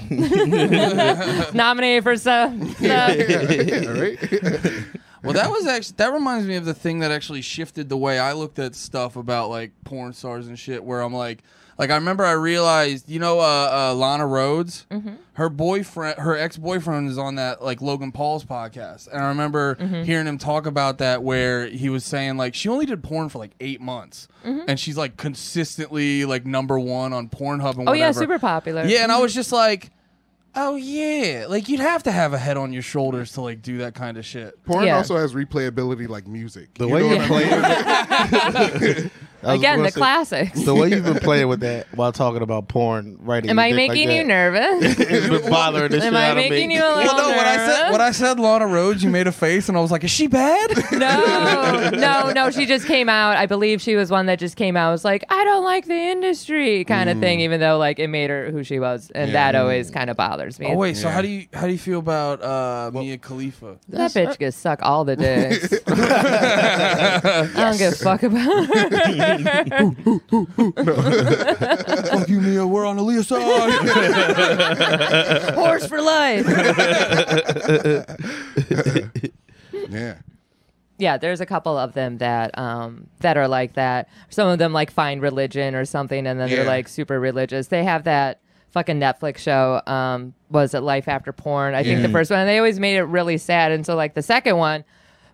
nominated for [LAUGHS] some stuff. [LAUGHS] yeah, right? [LAUGHS] Well, that was actually that reminds me of the thing that actually shifted the way I looked at stuff about like porn stars and shit. Where I'm like, like I remember I realized, you know, uh, uh, Lana Rhodes, her boyfriend, her ex boyfriend is on that like Logan Paul's podcast, and I remember hearing him talk about that where he was saying like she only did porn for like eight months, and she's like consistently like number one on Pornhub and oh whatever. yeah super popular Yeah, and I was just like. Oh yeah, like you'd have to have a head on your shoulders to like do that kind of shit. Porn Yeah. also has replayability like music. The You way know you what I play [LAUGHS] mean? it. [LAUGHS] I was again gonna the say, [LAUGHS] classics The way you've [LAUGHS] been playing with that while talking about porn writing. am your i dick like making you that, nervous [LAUGHS] It's been bothering the shit am i out of making me. you a little Well, no, nervous when I said when I said Lana Rhodes, you made a face, and I was like, "Is she [LAUGHS] bad?" No, no, no. She just came out. I believe she was one that just came out. Was like, I don't like the industry kind of Mm. thing. Even though like it made her who she was, and that always kind of bothers me. Oh wait, so how do you how do you feel about uh, Mia Khalifa? that bitch can suck all the dicks. I don't give a fuck about her. Fuck you, Mia. We're on Aaliyah's side. Horse for life. Yeah. yeah, there's a couple of them that um that are like that. Some of them like find religion or something, and then they're Yeah. like super religious. They have that fucking Netflix show. Um, was it Life After Porn? I think the first one. And they always made it really sad, and so like the second one.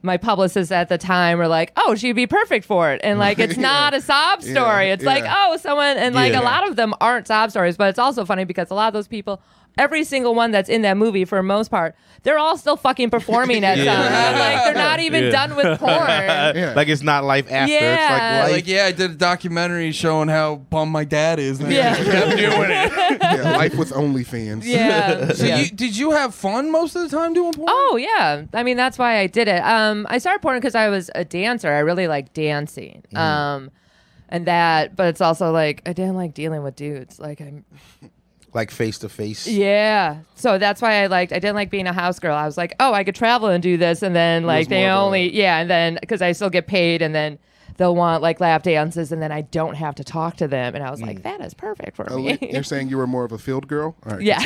My publicists at the time were like, "Oh, she'd be perfect for it," and like [LAUGHS] it's not a sob story. It's like, yeah. "Oh, someone," and like Yeah. a lot of them aren't sob stories, but it's also funny because a lot of those people, every single one that's in that movie for the most part, they're all still fucking performing [LAUGHS] at some. And I'm like, they're not even Yeah. done with [LAUGHS] porn. Yeah. Like it's not life after. Yeah. It's like [LAUGHS] [LAUGHS] life. like, yeah, I did a documentary showing how bum my dad is. And I [LAUGHS] Yeah. just kept doing it. yeah, life with OnlyFans. [LAUGHS] Yeah. So yeah. you, did you have fun most of the time doing porn? Oh yeah, I mean that's why I did it. Um, I started porn because I was a dancer. I really like dancing. Um, and that, but it's also like I didn't like dealing with dudes. Like I'm, like face to face. Yeah. So that's why I liked. I didn't like being a house girl. I was like, oh, I could travel and do this, and then like they more of a- only yeah, and then because I still get paid, and then they'll want like lap dances, and then I don't have to talk to them, and I was like, that is perfect for Oh, me. wait, You're saying you were more of a field girl? All [LAUGHS] right. [LAUGHS] yeah.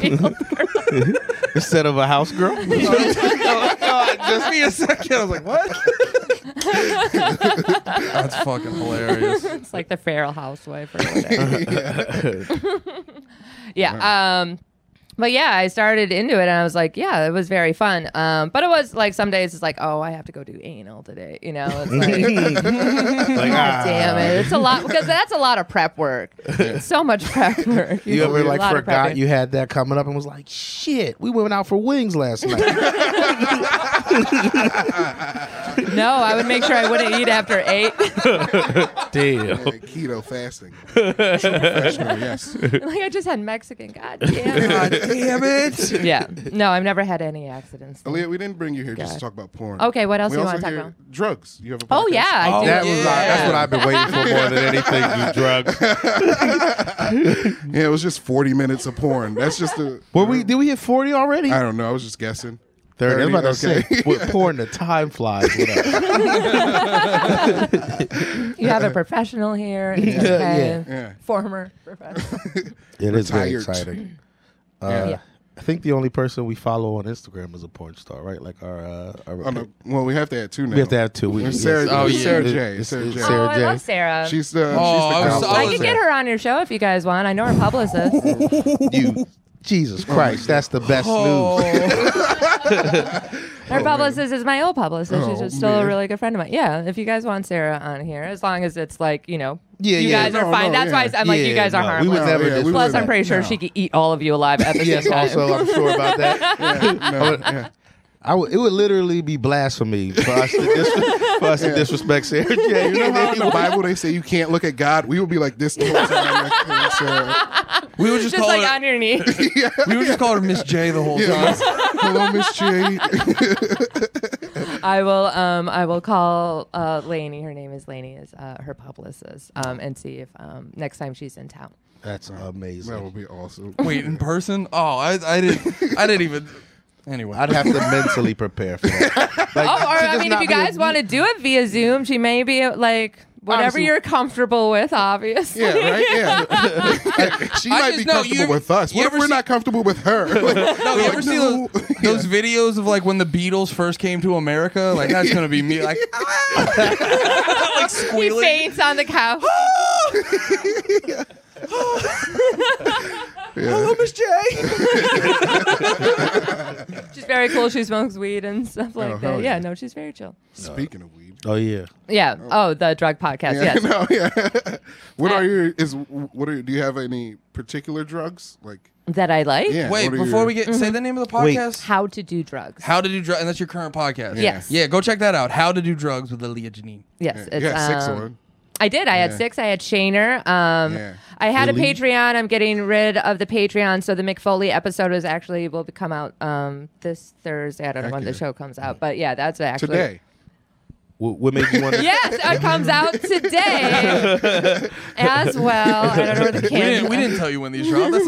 [LAUGHS] [LAUGHS] Instead of a house girl. Just me a second. I was like, [LAUGHS] what? That's fucking [LAUGHS] hilarious. it's like the feral housewife or [LAUGHS] whatever. yeah. yeah. Um. But yeah, I started into it and I was like, yeah, it was very fun. Um, but it was like some days it's like, oh, I have to go do anal today. You know, [LAUGHS] it's like, Like, ah. God damn it. It's a lot because that's a lot of prep [LAUGHS] work. It's so much prep work. You ever A like lot of forgot prepping. you had that coming up and was like, shit, we went out for wings last night. No, I would make sure I wouldn't eat after [LAUGHS] eight. [LAUGHS] like damn. Like keto fasting. [LAUGHS] True professional, yes. I just had Mexican. God damn. God [LAUGHS] damn it. [LAUGHS] yeah. No, I've never had any accidents. Aaliyah, we didn't bring you here just God. to talk about porn. Okay, what else we do you also wanna talk hear about? Drugs. You have a Oh podcast? yeah, I Oh, do. that That was uh, Yeah. that's what I've been waiting for more than anything. You drugs. Yeah, it was just 40 minutes of porn. That's just the. Were we? Did we hit forty already? I don't know. I was just guessing. Thirty. I'm about to okay. say, with porn, the time flies. With us. you have a professional [LAUGHS] here. Yeah. Yeah. Former professional. [LAUGHS] It is very Retired. exciting. Uh, Yeah. Yeah. I think the only person we follow on Instagram is a porn star, right? Like our, uh, our Oh, no. Well, we have to add two now. we have to have two. We, There's Sarah- Oh, yeah. Sarah J. It's- Sarah it's J. Oh, I J. love Sarah. She's the. Oh, I she's was- the I I girl. was- could get her on your show if you guys want. I know her publicist. [LAUGHS] you. Jesus Oh, Christ, that's the best news. [LAUGHS] Oh, Her publicist is my old publicist. She's Oh, just still a man. really good friend of mine. Yeah, if you guys want Sarah on here, as long as it's like you know, Yeah, you yeah. guys No, are fine. no, That's yeah. why I'm like, you Yeah, guys are no, harmless. We would No, never yeah, we would Plus, disrespect- I'm pretty sure No. she could eat all of you alive at [LAUGHS] the Yes, same time. also, I'm sure about that. [LAUGHS] Yeah, no, yeah. I would, it would literally be blasphemy for us to, dis- for us to disrespect Sarah J. [LAUGHS] You know how in the Bible they say you can't look at God? We would be like this the whole time. Like, [LAUGHS] it's, uh, we would just, [LAUGHS] just call like her. on your knees. we would just call her Miss J the whole time. Hello, Miss J. I will. Um, I will call uh, Lainey. Her name is Lainey. Is uh, her publicist. Um, and see if um next time she's in town. That's amazing. That would be awesome. Wait, in person? Oh, I, I didn't. I didn't even. Anyway, I'd have to mentally prepare [LAUGHS] for that. Like, Oh, or to I just mean, if not you be a- guys want to do it via Zoom, she may be like whatever Honestly- you're comfortable with. Obviously, [LAUGHS] Yeah, right? Yeah. [LAUGHS] she I might just be know comfortable you- with us. you What if ever we're see- not comfortable with her? [LAUGHS] No, you ever see no. [LAUGHS] those, those videos of like when the Beatles first came to America? Like that's gonna be me, like, like he squealing. faints on the [LAUGHS] couch. Hello, Miss J. [LAUGHS] She's very cool. She smokes weed and stuff like Oh, hell that. yeah. Yeah. no, she's very chill. [LAUGHS] Speaking of [LAUGHS] weed. Oh yeah. Yeah. Oh, the drug podcast. Yeah, Yes. [LAUGHS] no, yeah. what are your is what are do you have any particular drugs like? That I like. Yeah. Wait, what are before your- we get say the name of the Wait. podcast. How to do drugs. How to do drugs, and that's your current podcast. Yes. Yeah, go check that out. How to do drugs with Aaliyah Janine. Yes. yeah, it's, you got six um, on. I did. I Yeah. had six. I had Shaner. Um, Yeah. I had Really? a Patreon. I'm getting rid of the Patreon, so the McFoley episode was actually will be- come out um, this Thursday. I don't know when yeah. the show comes out, but yeah, that's actually Today. What, what made you [LAUGHS] want to? Yes, it comes out today as well. I don't know where the We didn't, we can didn't tell you when these dropped. That's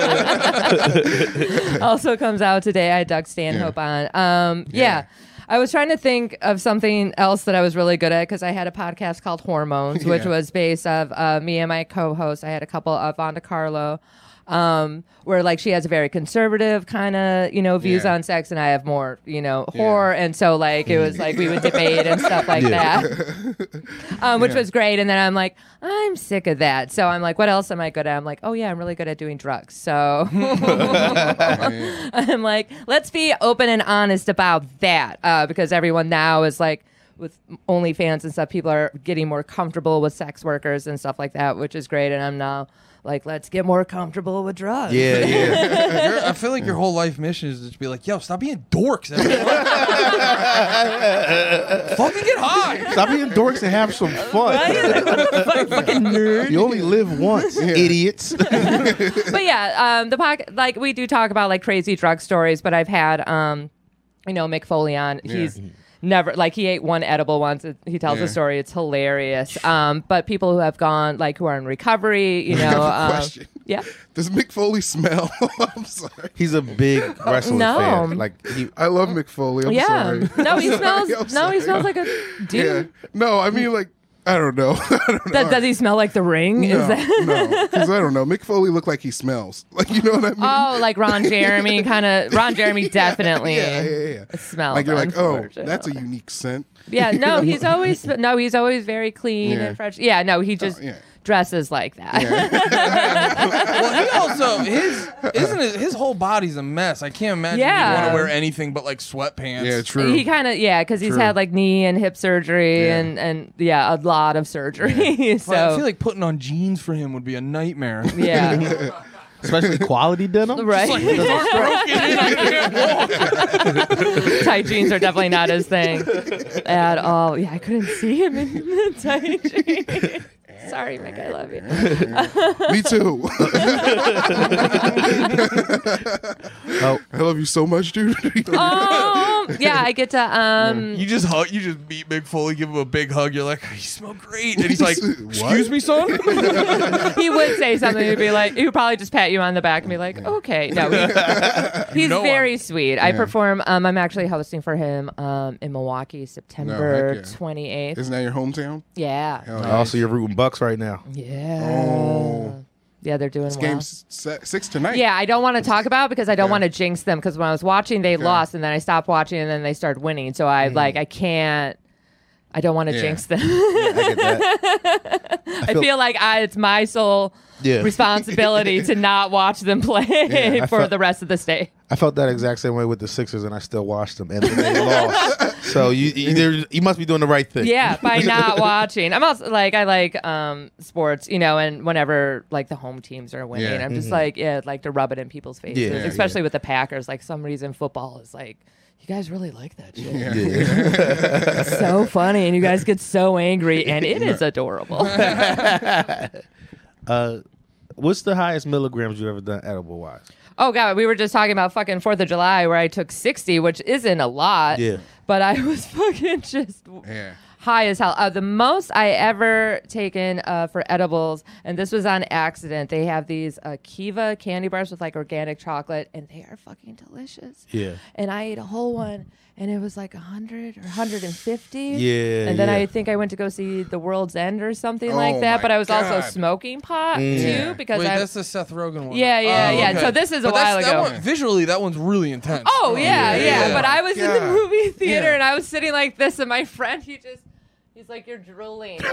not on you. also comes out today. I had Doug Stanhope on. Um, yeah. I was trying to think of something else that I was really good at because I had a podcast called Hormones, which Yeah. was based of uh, me and my co-host. I had a couple of Vonda Carlo, um, where like she has a very conservative kind of you know views Yeah. on sex, and I have more you know horror, and so like it was like we would debate and stuff like Yeah. that, um, which was great. And then I'm like, I'm sick of that, so I'm like, what else am I good at? I'm like, oh yeah, I'm really good at doing drugs, so. [LAUGHS] [LAUGHS] Yeah. I'm like, let's be open and honest about that uh, because everyone now is like, with OnlyFans and stuff, people are getting more comfortable with sex workers and stuff like that, which is great. And I'm now like, let's get more comfortable with drugs. Yeah, yeah. Your- I feel like your whole life mission is to be like, yo, stop being [LAUGHS] dorks. everyone. Fucking get high. Stop being dorks and have some fun. You only live once, idiots. [LAUGHS] but yeah, um, the pocket like we do talk about like crazy drug stories, but I've had um, you know, Mick Foley on. He's never like he ate one edible once. It- He tells the Yeah. story. It's hilarious. Um, but people who have gone like who are in recovery, [LAUGHS] you know, have a uh, um, question. yeah. Does Mick Foley smell? [LAUGHS] I'm sorry. [LAUGHS] He's a big wrestling No. fan. Like he, I love Mick Foley. I'm Yeah. [LAUGHS] [LAUGHS] sorry. No, he I'm sorry, smells. I'm no, he sorry. smells like [LAUGHS] a dude. Yeah. No, I mean like I don't know. [LAUGHS] I don't know. That, does he smell like the ring? No, Is [LAUGHS] that? no, because I don't know. Mick Foley looked like he smells. [LAUGHS] Like you know what I mean? Oh, like Ron [LAUGHS] Jeremy kind of. Ron Jeremy definitely yeah, yeah, yeah, yeah. smells. Like you're like, oh, unfortunately. that's a unique scent. [LAUGHS] Yeah, no, he's always sm- no, he's always very clean Yeah. Oh, and fresh. Yeah, no, he just yeah. dresses like that. [LAUGHS] well, he also his isn't his, his whole body's a mess. I can't imagine Yeah. you want to wear anything but like sweatpants. [LAUGHS] Yeah, true. He kind of yeah, because he's True. had like knee and hip surgery Yeah. and and yeah, a lot of surgery. [LAUGHS] so Like, I feel like putting on jeans for him would be a nightmare. yeah, especially quality denim. [LAUGHS] right. Broken. [LAUGHS] tight jeans are definitely not his thing at all. Yeah, I couldn't see him in the [LAUGHS] tight jeans. Sorry, Mick, I love you. Me too. [LAUGHS] oh, I love you so much, dude. Um, yeah, I get to um. [LAUGHS] you just hug. You just meet Mick Foley, give him a big hug. You're like, you smell great, and he's like, [LAUGHS] What? excuse me, son. [LAUGHS] he would say something. He'd be like, he would probably just pat you on the back and be like, okay. No, he- he's know very sweet. I perform. Um, I'm actually hosting for him um, in Milwaukee, September yeah. 28th. [LAUGHS] Isn't that your hometown? yeah. Hell yeah. also you're rooting Bucks right now. Yeah. Oh. Yeah, they're doing well. Game s- se- six [LAUGHS] tonight. Yeah, I don't want to talk about it because I don't Yeah. want to jinx them. Because when I was watching, they lost, and then I stopped watching, and then they started winning. So Mm-hmm. I like, I can't. I don't want to Yeah. jinx them. I get that. [LAUGHS] I feel like I, it's my sole Yeah. responsibility [LAUGHS] to not watch them play [LAUGHS] I for felt- the rest of the state. I felt that exact same way with the Sixers, and I still watched them, and [LAUGHS] they lost. So you you, there- you must be doing the right thing. [LAUGHS] Yeah, by not watching. I'm also like I like um sports, you know, and whenever like the home teams are winning, Yeah. I'm just like yeah, I'd like to rub it in people's faces, mm-hmm. Yeah, yeah. especially with the Packers. Like some reason football is like you guys really like that shit. [LAUGHS] Yeah. It's [LAUGHS] so funny and you guys get so angry and it is adorable. [LAUGHS] Uh, what's the highest milligrams you've ever done edible wise? Oh god, we were just talking about fucking Fourth of July where I took sixty, which isn't a lot. Yeah. But I was [LAUGHS] fucking just Yeah. high as hell. Uh, the most I ever taken uh, for edibles, and this was on accident. They have these uh, Kiva candy bars with like organic chocolate, and they are fucking delicious. Yeah. And I ate a whole one, and it was like hundred or hundred and fifty. Yeah, And then yeah. I think I went to go see The World's End or something Oh like that. my But I was also God. smoking pot Mm. Yeah. too because Wait, I. that's the Seth Rogen one. Oh, Yeah, yeah, yeah. okay. So this is a But while that's- that ago. one- visually, that one's really intense. Oh yeah, yeah. yeah. But I was in the Yeah. movie theater Yeah. and I was sitting like this, and my friend he just he's like, "You're [LAUGHS] drooling." my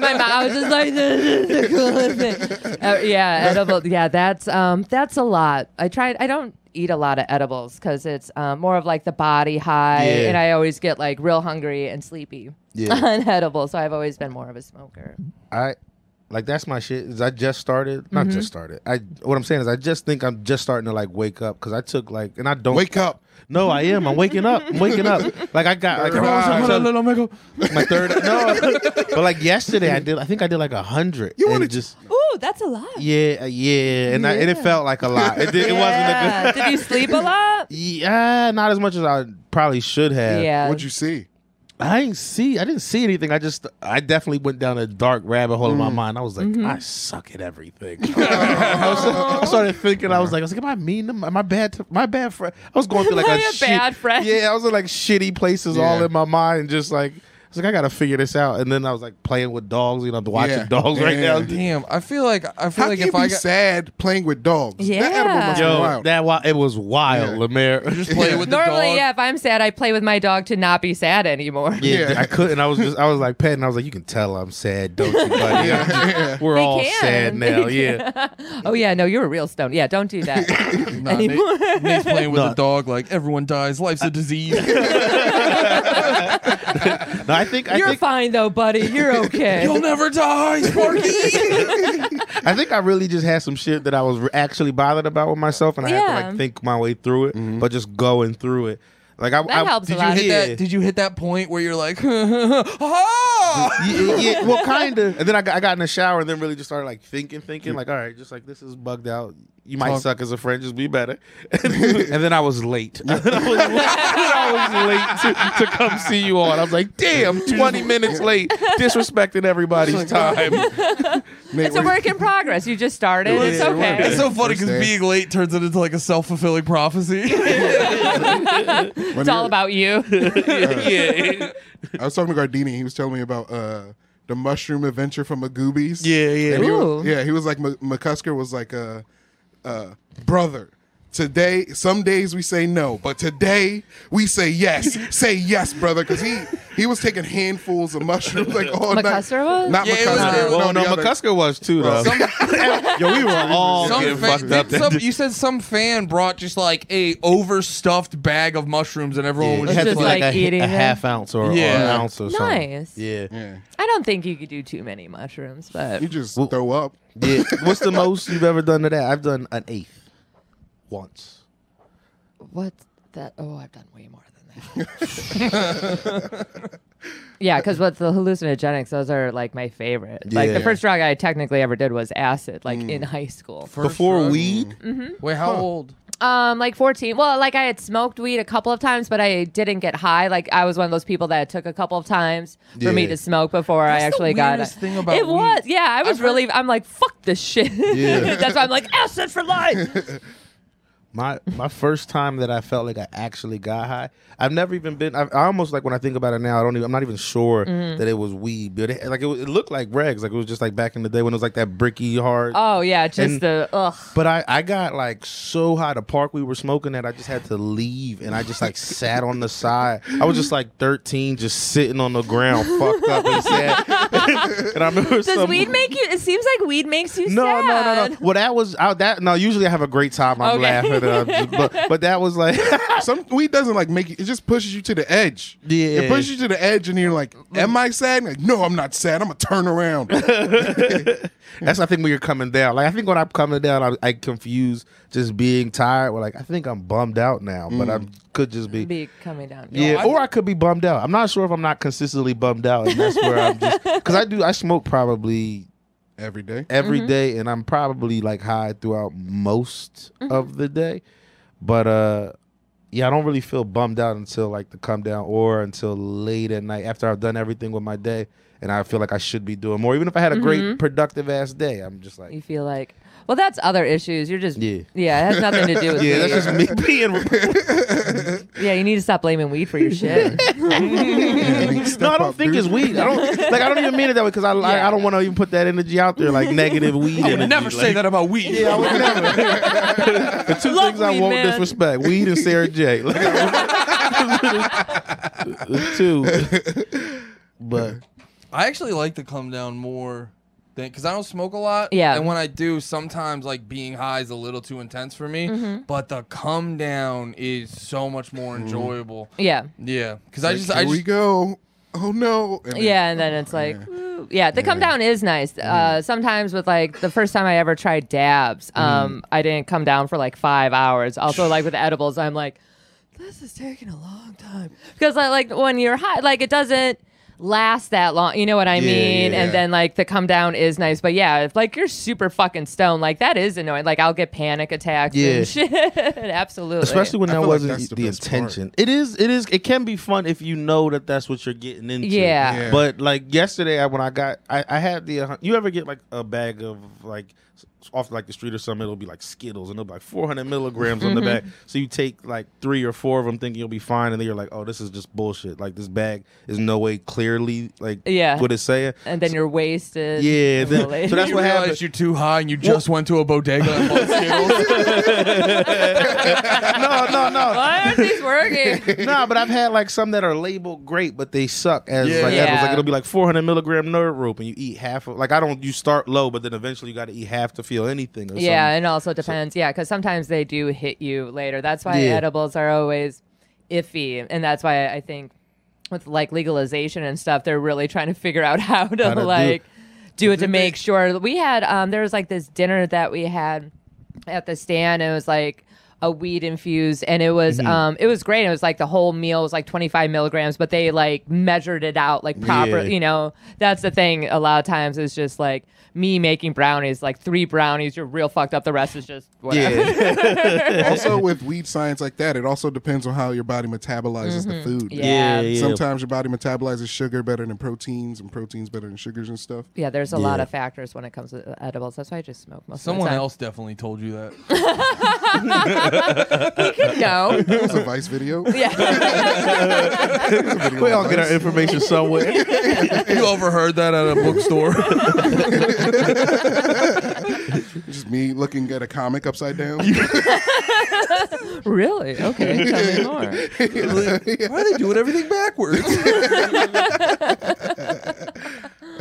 mom I was just like, [LAUGHS] "This is the coolest thing." Uh, yeah, edible. Yeah, that's um, that's a lot. I tried. I don't eat a lot of edibles because it's um, more of like the body high, Yeah. and I always get like real hungry and sleepy. [LAUGHS] Yeah. on edibles. so I've always been more of a smoker. I like that's my shit. Is I just started, Mm-hmm. not just started. I what I'm saying is I just think I'm just starting to like wake up because I took like and I don't Wake up. No, I am. I'm waking up. I'm waking up. Like I got like Third eye. so- Little Michael. my third. No, but like yesterday I did. I think I did like a hundred. You and wanna- it just Ooh, that's a lot. yeah, yeah, and I, and it felt like a lot. It did, it wasn't a good. Did you sleep a lot? Yeah, not as much as I probably should have. Yeah. What'd you see? I didn't see. I didn't see anything. I just. I definitely went down a dark rabbit hole in Mm. my mind. I was like, Mm-hmm. I suck [LAUGHS] at everything. [LAUGHS] I, was, I started thinking. I was like, I was like, am I mean? to- Am I bad? To, my bad friend. I was going [LAUGHS] through like Am a, I a shit- bad friend? Yeah, I was in like shitty places all Yeah. in my mind, just like. I was like, I gotta figure this out, and then I was like playing with dogs. You know, I'm watching Yeah. dogs right Yeah. now. Damn, I feel like I feel How like can if you be I got sad playing with dogs? Yeah. That animal must be [LAUGHS] Yo, wild. that wa- it was wild, Yeah. Lemaire. just play with Normally, the dog. yeah, if I'm sad, I play with my dog to not be sad anymore. [LAUGHS] Yeah, Yeah. I couldn't. I was just, I was like petting. I was like, you can tell I'm sad, don't you, [LAUGHS] buddy? We're They all can. [LAUGHS] sad now. They Yeah. [LAUGHS] Oh yeah, no, you're a real stone. Yeah, don't do that. Nah, Nate- Nate's playing with No. the dog. Like everyone dies, life's a disease. [LAUGHS] No, I think I you're think fine though, buddy. You're okay. You'll never die, [LAUGHS] Sparky. I think I really just had some shit that I was re- actually bothered about with myself, and I had to Yeah. like think my way through it, but just going through it. Like I, That I helps a did lot. You Hit hear? that- did you hit that point where you're like, [LAUGHS] [LAUGHS] ah? yeah, yeah, well, kind of. And then I got, I got in the shower and then really just started like thinking, thinking, like, all right, just like this is bugged out. You might Talk. suck as a friend, just be better. [LAUGHS] and then I was late. And [LAUGHS] I was, and I was late to, to come see you on. I was like, damn, 20 minutes late, disrespecting everybody's [LAUGHS] time. Nate, It's a what do you- work in progress. You just started. It It's is, it It's okay. so funny because Understand. being late turns it into like a self fulfilling prophecy. when It's all you're- about you. yeah. I was talking to Gardini. He was telling me about uh, the mushroom adventure from Magoobies. [LAUGHS] Yeah, yeah. And he was- Ooh. yeah, he was like M- McCusker was like a uh, uh, brother. Today, some days we say no, but today we say yes. say yes, brother, because he he was taking handfuls of mushrooms like all McCusker night. was? Not Yeah, it was- McCusker. it was- Well, no, the other- McCusker was too, though. Yo, we were all Some getting fan- fucked up. that some- day. you said some fan brought just like a overstuffed bag of mushrooms, and everyone Yeah, was it It's had just, to be like, like, like a, eating a them. half ounce or, or an Yeah. ounce or something. Nice. Yeah. Yeah, I don't think you could do too many mushrooms, but you just throw up. yeah. What's the most you've ever done to that? I've done an eighth once. what that? Oh, I've done way more than that. [LAUGHS] yeah, because with the hallucinogenics, those are like my favorite. Like Yeah. the first drug I technically ever did was acid, like in high school. Before drug. weed? Wait, how old? Um, like 14. Well, like I had smoked weed a couple of times, but I didn't get high. Like I was one of those people that it took a couple of times for me Yeah. to smoke before I the actually got it. weirdest thing about it weed. was, yeah. I was I've really, I'm like, fuck this shit. [LAUGHS] Yeah. That's why I'm like, acid for [LAUGHS] life. My my first time that I felt like I actually got high. I've never even been. I, I almost like when I think about it now. I don't even. I'm not even sure that it was weed, but it, like it, was- it looked like rags. Like it was just like back in the day when it was like that bricky hard. oh yeah, just And- the ugh. But I, I got like so high the park we were smoking that I just had to leave and I just like sat on the side. I was just like 13, just sitting on the ground, fucked up and sad. [LAUGHS] and I remember Does weed make you? It seems like weed makes you no, sad. [LAUGHS] no, no, no. Well, that was I, that. No, usually I have a great time. I'm Okay. laughing, and [LAUGHS] I'm just- but but that was like [LAUGHS] Some weed doesn't like make you. It just pushes you to the edge. Yeah. it pushes you to the edge, and you're like, "Am I sad?" And you're like, no, I'm not sad. I'm gonna turn [LAUGHS] around. That's I think when you're coming down. Like I think when I'm coming down, I, I confuse just being tired. With like I think I'm bummed out now, but I could just be. Be coming down. yeah, I- or I could be bummed out. I'm not sure if I'm not consistently bummed out, and that's where I'm just because I do. I smoke probably Every [LAUGHS] day. every day, and I'm probably like high throughout most of the day. But uh, yeah, I don't really feel bummed out until like the come down or until late at night after I've done everything with my day, and I feel like I should be doing more. Even if I had a great productive ass day, I'm just like, You feel like. Well, that's other issues. You're just Yeah. yeah. it has nothing [LAUGHS] to do with Yeah, weed. that's just me being. no, yeah, you need to stop blaming weed for your [LAUGHS] shit. I don't think it's [LAUGHS] weed. I don't like. I don't even mean it that way because I, I I don't want to even put that energy out there like negative weed. I would energy, never like- say that about weed. Yeah, I would never. the two Love things I weed, won't man. disrespect: weed and Sarah J. [LAUGHS] Like, I would- the two, but I actually like to come down more than because I don't smoke a lot. Yeah. And when I do, sometimes like being high is a little too intense for me. But the come down is so much more Mm-hmm. enjoyable. yeah. Yeah, because I just Here I just we go. Oh no. And then- Yeah, and then it's like, ooh. yeah, the come down is nice. Uh, sometimes with like the first time I ever tried dabs, Mm. um, I didn't come down for like five hours. Also, like with edibles, I'm like, this is taking a long time because I like when you're high, like it doesn't last that long. You know what I Yeah, mean? yeah. And then like the come down is nice, but yeah, if like you're super fucking stoned, like that is annoying. Like I'll get panic attacks Yeah. and shit. [LAUGHS] Absolutely, especially when I that feel like wasn't that's the the, best part. intention. It is. It is. It can be fun if you know that that's what you're getting into. Yeah. Yeah. But like yesterday, I, when I got, I, I had the. uh, You ever get like a bag of like s- off like the street or something? It'll be like Skittles, and it'll be like 400 milligrams on the bag. Mm-hmm. So you take like three or four of them, thinking you'll be fine, and then you're like, oh, this is just bullshit. Like this bag is no way clearly like Yeah. what [LAUGHS] it's saying. and then you're wasted. Yeah, then- Really. so that's you what realize happened. you're too high and you just went to a bodega and [LAUGHS] bought Skittles. no, Oh, no, no. [LAUGHS] Why aren't these [LAUGHS] working? no, but I've had like some that are labeled great, but they suck as Yeah. like edibles. Yeah. Like it'll be like 400 milligram nerd rope, and you eat half of. Like I don't. You start low, but then eventually you got to eat half to feel anything. Or Yeah, something. and also depends. yeah, because sometimes they do hit you later. That's why Yeah. edibles are always iffy, and that's why I think with like legalization and stuff, they're really trying to figure out [LAUGHS] how to, How to do- like do, it to Didn't they- make sure. We had um, there was like this dinner that we had at the stand. And it was like. a weed infused, and it Mm-hmm. was um it was great. It was like the whole meal was like 25 milligrams, but they like measured it out like proper. Yeah. You know, that's the thing. A lot of times it's just like me making brownies, like three brownies. You're real fucked up. The rest is just whatever. [LAUGHS] also, with weed science like that, it also depends on how your body metabolizes the food. Mm-hmm. Yeah. Yeah. Sometimes your body metabolizes sugar better than proteins, and proteins better than sugars and stuff. Yeah, there's a lot Yeah. of factors when it comes to edibles. That's why I just smoke most Someone of else definitely told you that. [LAUGHS] [LAUGHS] the time. Someone else. No. That was a Vice [LAUGHS] video. Yeah. [LAUGHS] we all get our information somewhere. you overheard that at a bookstore. Just me looking at a comic upside [LAUGHS] down. really? Okay. Tell me more. [LAUGHS] Why are they doing everything [LAUGHS] backwards?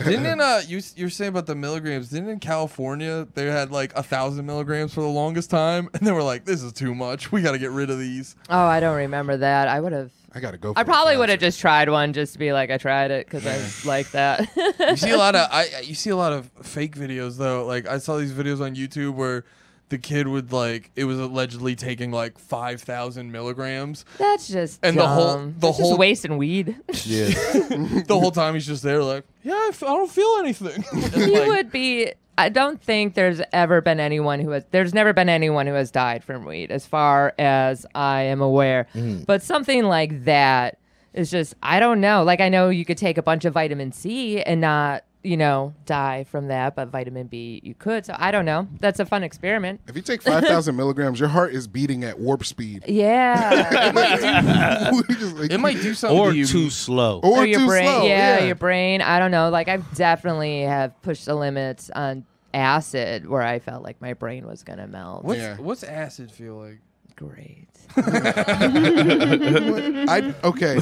didn't in, uh you you're saying about the milligrams? Didn't in California they had like a thousand milligrams for the longest time, and they were like, "This is too much. We got to get rid of these." Oh, I don't remember that. I would have. I gotta go. For I it, probably guys. would have just tried one just to be like, I tried it because I like that. You see a lot of I I- you see a lot of fake videos though. Like I saw these videos on YouTube where. The kid would like it was allegedly taking like five thousand milligrams. [LAUGHS] That's just And the whole- dumb. the It's whole- just wasting weed. [LAUGHS] [LAUGHS] Yeah. [LAUGHS] The whole time he's just there, like, yeah, I, f- I don't feel anything. [LAUGHS] And, [LAUGHS] he like, would be. I don't think there's ever been anyone who has. There's never been anyone who has died from weed, as far as I am aware. Mm-hmm. But something like that is just. I don't know. Like I know you could take a bunch of vitamin C and not, you know, die from that, but vitamin B you could. So I don't know. That's a fun experiment. If you take five thousand milligrams, your heart is beating at warp speed. Yeah. You just, like, It might do something Or to you. too slow. [LAUGHS] or Or your too brain. slow. yeah, your brain. I don't know. Like I definitely have pushed the limits on acid where I felt like my brain was gonna melt. What's, Yeah. what's acid feel like? Great. [LAUGHS] I okay,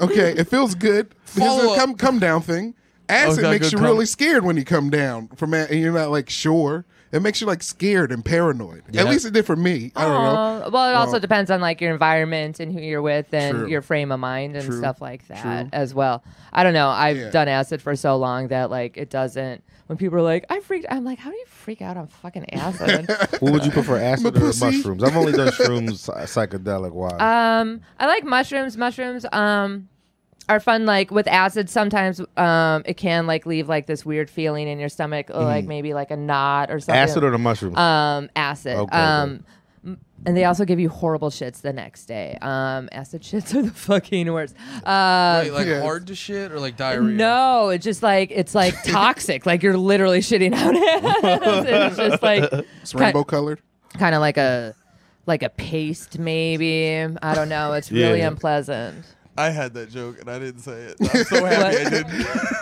okay. It feels good. Here's Follow a up. come come down thing. Acid Okay, makes good you come- really scared when you come down from it, and you're not like sure. It makes you like scared and paranoid. At least it did for me. I don't know. Aw, Well, it also depends on like your environment and who you're with and True. your frame of mind and True. stuff like that True. as well. I don't know. I've Yeah. done acid for so long that like it doesn't. When people are like, "I freaked," I'm like, "How do you freak out on fucking [LAUGHS] acid?" What would you prefer, acid or pussy. mushrooms? I've only done shrooms uh, psychedelic wise. Um, I like mushrooms. Mushrooms um are fun. Like with acid, sometimes um it can like leave like this weird feeling in your stomach, or, Mm. like maybe like a knot or something. acid or the mushrooms? [LAUGHS] um acid. Okay, um. m- And they also give you horrible shits the next day. Um, acid shits are the [LAUGHS] fucking worst. Uh, Wait, like yeah. hard to shit or like diarrhea? no, it's just like it's like toxic. like you're literally shitting out [LAUGHS] acid. It's just like It's rainbow colored. kind of like a like a paste, maybe. I don't know. It's Yeah. really unpleasant. I had that joke and I didn't say [LAUGHS] it. I'm so happy I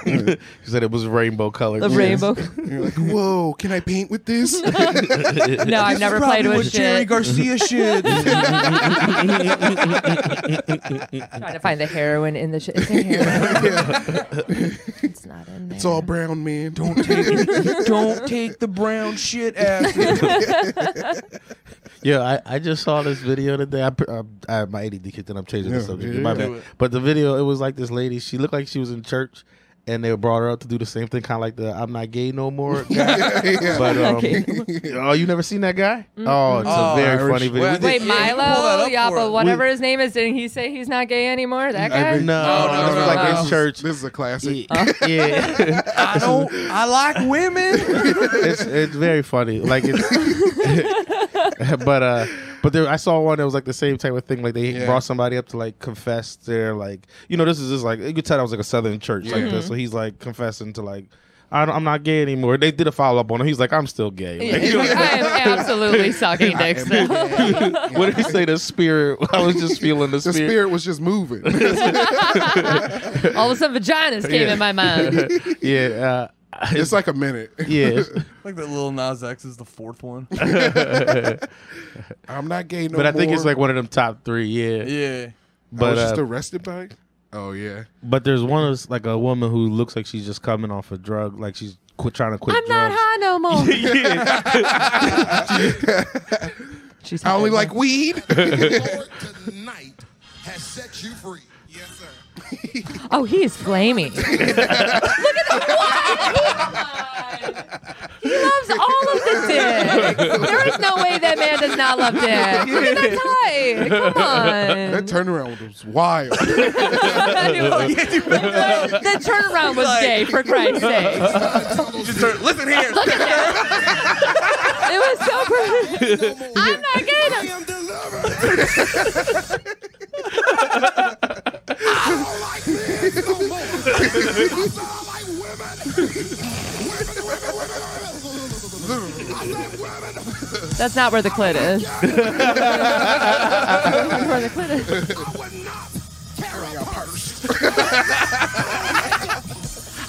didn't. she said it was rainbow colored. The [LAUGHS] rainbow. [LAUGHS] You're like, whoa, can I paint with this? No, I've never played with Jerry shit. Garcia [LAUGHS] shit. Trying to find the heroin in the shit. It's, in heroin. it's not in there. it's all brown, man. Don't Don't take the brown shit acid. Yeah, I, I just saw this video today. I, pr- um, I my ADD kicked and I'm changing the Yeah, subject. yeah, my yeah. bad. Do it. But the video, it was like this lady. She looked like she was in church, and they brought her up to do the same thing, kind of like the "I'm not gay [LAUGHS] no more." guy. yeah. but um, [LAUGHS] Okay. oh, you never seen that guy? Oh, it's Oh, a very Irish. funny video. Well, We I did- Wait, Yeah, you can pull that Milo, up yeah, for but it. whatever his name is, didn't he say he's not gay anymore? That I Oh, guy? mean, no, No, no, it was no, like no. in church. This is a classic. [LAUGHS] Yeah, I don't. I like women. [LAUGHS] it's it's very funny. Like it's, [LAUGHS] but uh, but there I saw one that was like the same type of thing. Like they Yeah. brought somebody up to like confess their like you know this is just like you could tell that was like a southern church like Yeah. Mm-hmm. this. So he's like confessing to like. I don't, I'm not gay anymore. They did a follow up on him. He's like, I'm still gay. Yeah, Like, he's like, I [LAUGHS] am absolutely sucking dick still. [LAUGHS] what did he say? The spirit. [LAUGHS] I was just feeling the The spirit. spirit was just [LAUGHS] moving. All of a sudden, vaginas came Yeah. in my mind. Yeah. Uh, it's like a minute. [LAUGHS] yeah. like that little Nas X is the fourth one. I'm not gay no But I think more. it's like one of them top three. Yeah. [LAUGHS] Yeah. I But was just uh, arrested by. it? Oh yeah. but there's one of like a woman who looks like she's just coming off a drug, like she's quit trying to quit. I'm not drugs. high no [LAUGHS] more. [LAUGHS] She's I only high. like [LAUGHS] weed. [LAUGHS] Lord tonight has set you free. Yes, sir. Oh, he is [LAUGHS] flaming. Look at the what? He loves all of the dick. There is no way way that man does not love dick. Look at that tie. [LAUGHS] Come on. That turnaround was wild. I knew [LAUGHS] it. the, the turnaround was gay, for Christ's sake. [LAUGHS] Listen here. It [LAUGHS] was so [LAUGHS] perfect. No more. I'm not I gay. am delivered. [LAUGHS] I don't like this no [LAUGHS] more. I like women. Women, women, women, women. I love women. That's not where the clit is. where the clit is. I would not tear a purse.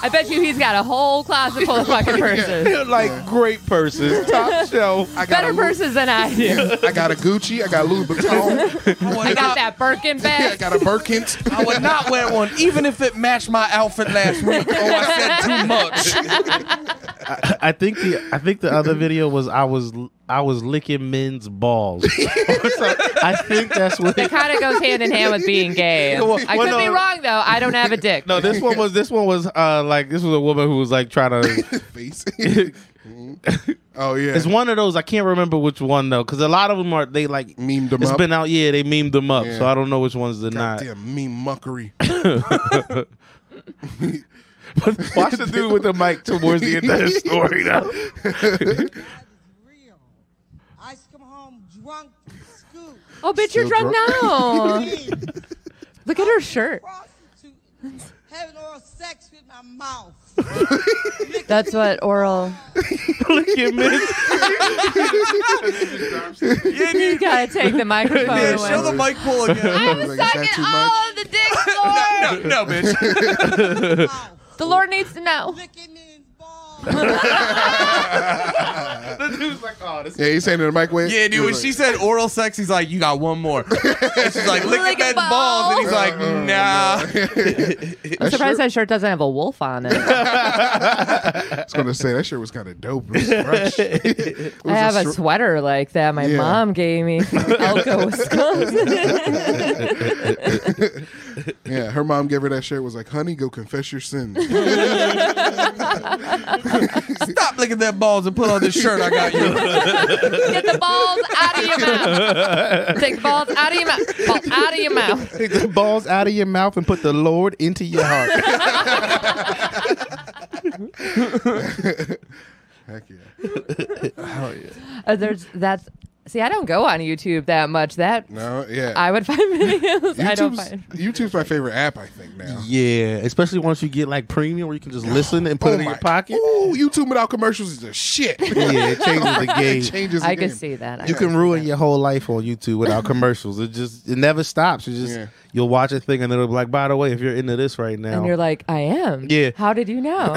I bet you he's got a whole closet full of fucking purses. [LAUGHS] like great person, [LAUGHS] top shelf. I got Better a, purses than I do. I got a Gucci. I got Louis [LAUGHS] Vuitton. I got that Birkin I bag. got a Birkins. I would not wear one, even if it matched my outfit last week. Oh, I [LAUGHS] said too much. I think the I think the other video was I was I was licking men's [LAUGHS] balls. So, I think that's what. It kind of goes hand in hand with being gay. Well, I well, could be no. wrong though. I don't have a dick. [LAUGHS] No, this one was this one was uh like this was a woman who was like trying to. [LAUGHS] Face. oh yeah. [LAUGHS] It's one of those I can't remember which one though, because a lot of them are they like Memed them It's up. been out, yeah. They memed them up, so Yeah. I don't know which one's the not. Goddamn mean muckery. But [LAUGHS] watch the dude with the mic towards the end of his story [LAUGHS] though. real. I used to come home drunk from school. Oh, bitch, you're drunk now. Being Look at her shirt. prostituted. Having oral sex with my mouth. That's what oral. Look at men. You gotta take the microphone Yeah, away. show the mic pull again. [LAUGHS] I'm Like, is that sucking too much? all of the dicks, Lord. No, no, bitch. mouth. The Lord needs to know. Licking his balls. Yeah, he's saying in the microwave. Yeah, dude. When she said oral sex, he's like, "You got one more." And she's like, "Lick Lick a that ball." balls," and he's like, Uh, "Nah." I'm surprised that shirt doesn't have a wolf on it. [LAUGHS] I was gonna say that shit was kind of dope. It was fresh. [LAUGHS] It was I have a str- sweater like that my Yeah. mom gave me from Elko, Wisconsin. yeah, her mom gave her that shirt. Was like, honey, go confess your [LAUGHS] sins. Stop licking that balls and put on this shirt I got you. [LAUGHS] Get the balls out of your mouth. Take balls out of your mouth. Balls out of your mouth. Take the balls out of your mouth and put the Lord into your heart. Heck yeah. Uh, there's that's. See, I don't go on YouTube that much. That No, yeah. I would find [LAUGHS] videos. I don't YouTube's, find. YouTube's my favorite app. I think now. yeah, especially once you get like premium where you can just listen and put it in Oh your my- pocket. Ooh, YouTube without commercials is a [LAUGHS] shit. Yeah, it changes the it game. changes. The I game. could see that. I You could can see ruin that. your whole life on YouTube without commercials. It just it never stops. You just Yeah. you'll watch a thing and it'll be like, by the way, if you're into this right now, And you're like, I am. Yeah. How did you know?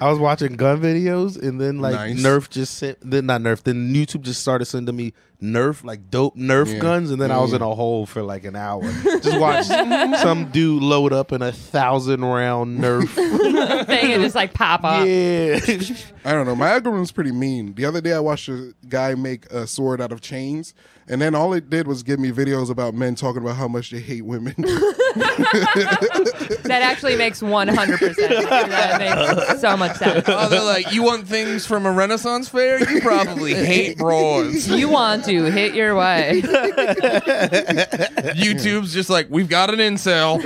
I was watching gun videos, and then like Nice. Nerf just sent, then not Nerf, then YouTube just started sending me Nerf like dope Nerf Yeah. guns, and then I was in a hole for like an hour. Just watch some dude load up in a thousand round Nerf. Thing and just like pop up. yeah, I don't know. My algorithm's pretty mean. The other day, I watched a guy make a sword out of chains, and then all it did was give me videos about men talking about how much they hate [LAUGHS] women. Uh, That actually makes 100. percent That makes so much sense. Oh, they're like, "You want things from a Renaissance fair? You probably hate broads." You want to hit your wife. [LAUGHS] YouTube's just like, "We've got an incel."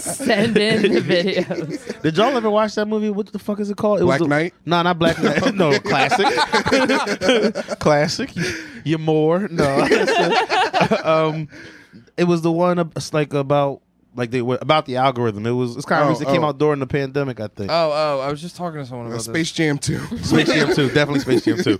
Send in the videos. Did y'all ever watch that movie? What the fuck is it called? It Black was a- Knight? No, not Black [LAUGHS] Knight. no, classic. [LAUGHS] classic. You more. No. [LAUGHS] um, it was the one ab- it's like about like they were about the algorithm. It was it's kind Oh, of it came oh. out during the pandemic, I think. [LAUGHS] Oh, oh, I was just talking to someone about this. Space Jam [LAUGHS] 2. Space Jam 2, definitely Space Jam [LAUGHS] 2.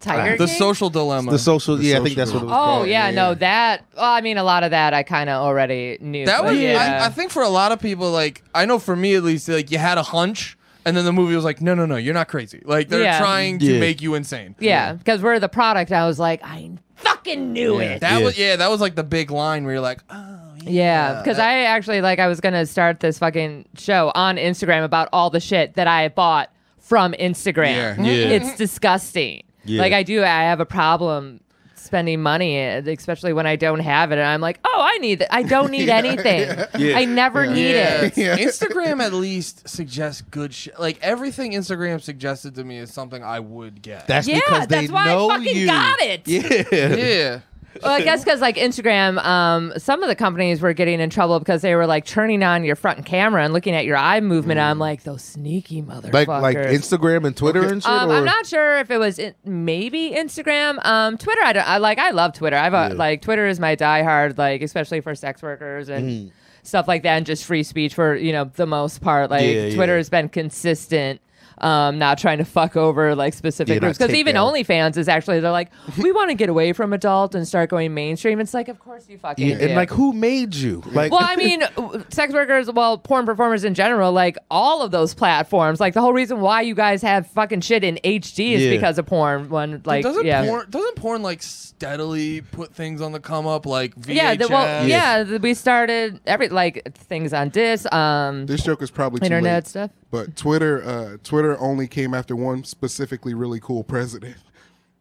Tiger The King? social dilemma. The social, yeah, I social think that's what it was. Oh called. yeah, yeah. no that. Well, I mean, a lot of that I kind of already knew. that but was. yeah. I, I think for a lot of people, like I know for me at least, like you had a hunch, and then the movie was like, "No, no, no, you're not crazy." Like they're Yeah. trying to Yeah. make you insane. yeah, because we're the product. I was like, I fucking knew it. That Yeah. was yeah. That was like the big line where you're like, "Oh, Yeah, Uh, because I actually like I was gonna start this fucking show on Instagram about all the shit that I bought from Instagram. Yeah. Yeah. It's disgusting. Yeah. Like I do, I have a problem spending money, especially when I don't have it. And I'm like, oh, I need it. I don't [LAUGHS] need anything. I never need it. Yeah. Instagram at least suggests good shit. Like everything Instagram suggested to me is something I would get. That's Oh, Yeah, because they that's why I know fucking you. got it. Yeah. yeah. Well, I guess because like Instagram, um, some of the companies were getting in trouble because they were like turning on your front camera and looking at your eye movement. I'm Mm. like those sneaky motherfuckers. Like like Instagram and Twitter and shit. Um, or? I'm not sure if it was in, maybe Instagram, um, Twitter. I, don't, I like. I love Twitter. I've uh, like Twitter is my diehard. Like especially for sex workers and Mm. stuff like that, and just free speech for you know the most part. Like Yeah, Twitter yeah. has been consistent. Um, not trying to fuck over like specific Yeah, not groups because take even down. OnlyFans is actually they're like we want to get away from adult and start going mainstream. It's like of course you fucking Yeah, do. And like, who made you? Like, Well, I mean, w- sex workers, well, porn performers in general, like all of those platforms, like the whole reason why you guys have fucking shit in HD is Yeah. because of porn. When like, doesn't yeah. porn doesn't porn like steadily put things on the come up like VHS? yeah, the, well, yeah, th- we started every like things on disc, um, [LAUGHS] This joke is probably too internet late, stuff. But Twitter, uh, Twitter only came after one specifically really cool president.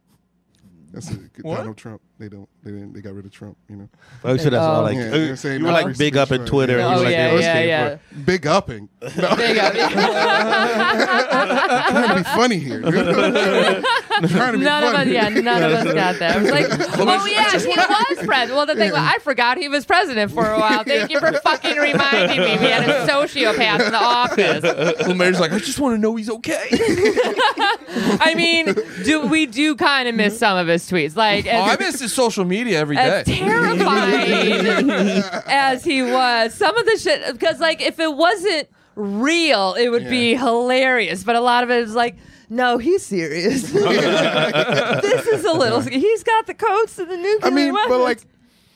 [LAUGHS] That's a, Donald Trump. They don't. They didn't. They got rid of Trump. You know, Oh, I'm sure that's all like Yeah, you you're saying were like numbers. big up in Twitter. Yeah. and you Oh were like, yeah, let's yeah, get it yeah. big [LAUGHS] upping. [LAUGHS] No, There you go. trying to be funny here. [LAUGHS] trying to be None of us, funny. yeah, none of us got that. I was like, oh yeah, he was president. Well, the thing was, I forgot he was president for a while. Thank you for fucking reminding me. We had a sociopath in the office. the mayor's like, I just want to know [LAUGHS] he's okay. I mean, do we do kind of miss some of his tweets? Like, oh, I as, miss his social media every day. as terrifying [LAUGHS] as he was, some of the shit because like if it wasn't real, it would be hilarious. But a lot of it is like. No, he's [LAUGHS] serious. this is a little. He's got the coats and the nuclear I mean, but weapons. like,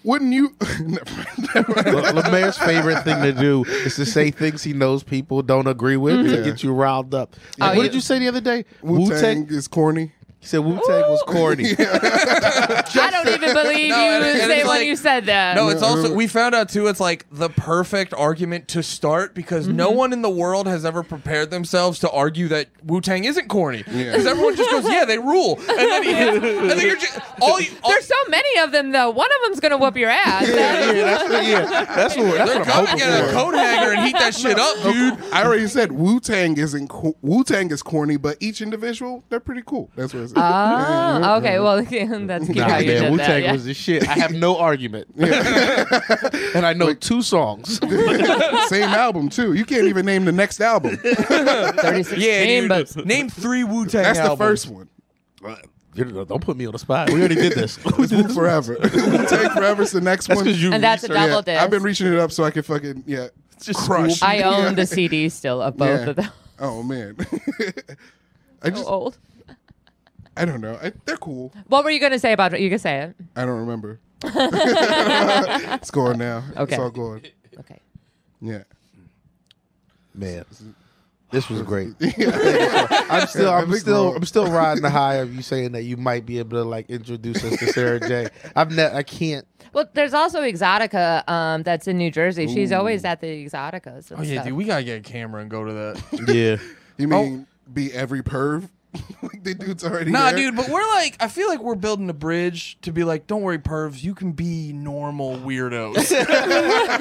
wouldn't you? [LAUGHS] Never mind, never mind. Le- LeMayor's favorite thing to do is to say things he knows people don't agree with to Yeah. get you riled up. Like, Oh, what yeah. did you say the other day? Wu Tang Wu-Tang? is corny. He said Wu Tang was [LAUGHS] corny. I don't even believe [LAUGHS] No, you and- and say it's when like- you said that. No, it's I also remember- we found out too. It's like the perfect argument to start because no one in the world has ever prepared themselves to argue that Wu Tang isn't corny. Yeah. Because everyone just goes, "Yeah, they rule," and then, and then you're just all. You, all There's so many of them though. One of them's gonna whoop your ass. [LAUGHS] yeah, that's what, yeah, that's what, that's they're what I'm gonna hoping get a for. coat hanger and heat that shit up, dude. I already said Wu Tang isn't co- Wu Tang is corny, but each individual they're pretty cool. That's what I said. Ah. Oh, okay. Well, [LAUGHS] that's cute Nah, how you man, did Wu that. Tang yeah. was the shit. I [LAUGHS] have no argument, [LAUGHS] and I know [LAUGHS] two songs. [LAUGHS] Same album too. You can't even name the next album. 36 Yeah, game, dude. but name three Wu Tang. That's the albums. first one. You're- Don't put me on the spot. We already did this. It's Wu Forever. [LAUGHS] Wu Tang Forever's the next That's one. because you. and that's a researched- double yeah, I've been disc. reaching it up so I can fucking yeah. Just Crush. school- I own the CD still of both yeah. of them. [LAUGHS] Oh man. [LAUGHS] So I just old. I don't know. I, they're cool. What were you gonna say about it? You can say it. I don't remember. it's going now. Okay. It's all going. Okay. Yeah. [LAUGHS] Man, this was [LAUGHS] great. I'm still, I'm big still, bro. I'm still riding the high of you saying that you might be able to like introduce us to Sarah J. I've ne- I can't. Well, there's also Exotica um, that's in New Jersey. She's always at the Exoticas. and Oh yeah, stuff. dude. We gotta get a camera and go to that. Yeah, You mean be every perv? [LAUGHS] like the dude's already. Nah, there. dude, but we're like, I feel like we're building a bridge to be like, don't worry, pervs, you can be normal weirdos.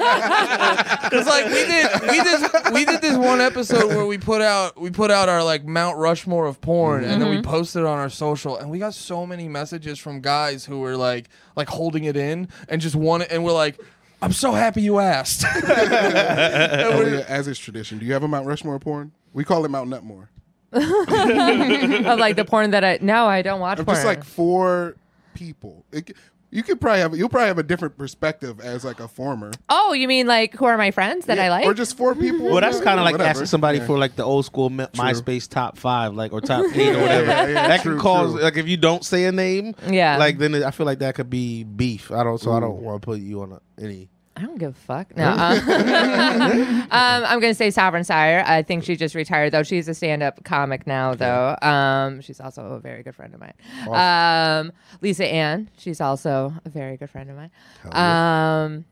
Because like we did, we did, we did this one episode where we put out, we put out our like Mount Rushmore of porn, and then we Mm-hmm. posted it on our social, and we got so many messages from guys who were like, like holding it in and just want, and we're like, I'm so happy you asked. [LAUGHS] Mm-hmm. Oh, yeah, as is tradition. Do you have a Mount Rushmore porn? We call it Mount Nutmore. Of like the porn that I no, I don't watch I'm porn. just like four people. It, c- you could probably have you'll probably have a different perspective as like a former. oh, you mean like who are my friends that I like? Or just four people. Well, that's Yeah, kind of like whatever. asking somebody Yeah. for like the old school Mi- MySpace top five, like or top [LAUGHS] eight or Yeah, whatever. yeah, yeah, that true, can cause true. like if you don't say a name, Yeah. like then I feel like that could be beef. I don't, so I don't want to put you on a, any. I don't give a fuck. No. uh, [LAUGHS] um, I'm going to say Sovereign Sire. I think she just retired, though. She's a stand up comic now, though. Um, she's also a very good friend of mine. Um, Lisa Ann. She's also a very good friend of mine. Um,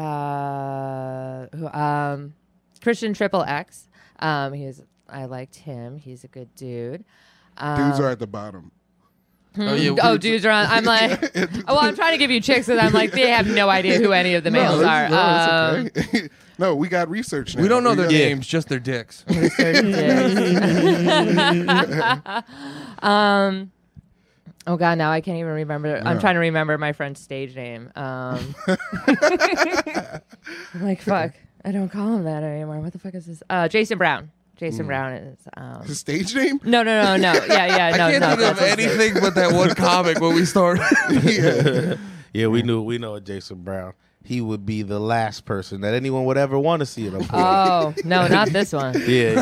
uh, who- um, Christian Triple X. Um, he's, I liked him. He's a good dude. Um, dudes are at the bottom. Oh yeah. Oh, we- dudes are on. I'm [LAUGHS] like, well, I'm trying to give you chicks, and I'm like, they have no idea who any of the males no, are. it's- no, Um, it's okay. [LAUGHS] no, we got research. Now. We don't know their got- [LAUGHS] Yeah. names, just their dicks. um, oh god, now I can't even remember. I'm trying to remember my friend's stage name. Um, I'm like fuck, I don't call him that anymore. What the fuck is this? Uh, Jason Brown. Jason Brown is. Um, His stage name? no, no, no, no. Yeah, yeah. [LAUGHS] No, I can't no, think of that's- anything but that one comic when [LAUGHS] we started. Yeah, we knew we know Jason Brown. He would be the last person that anyone would ever want to see in a porn. Oh no, not this [LAUGHS] one. yeah,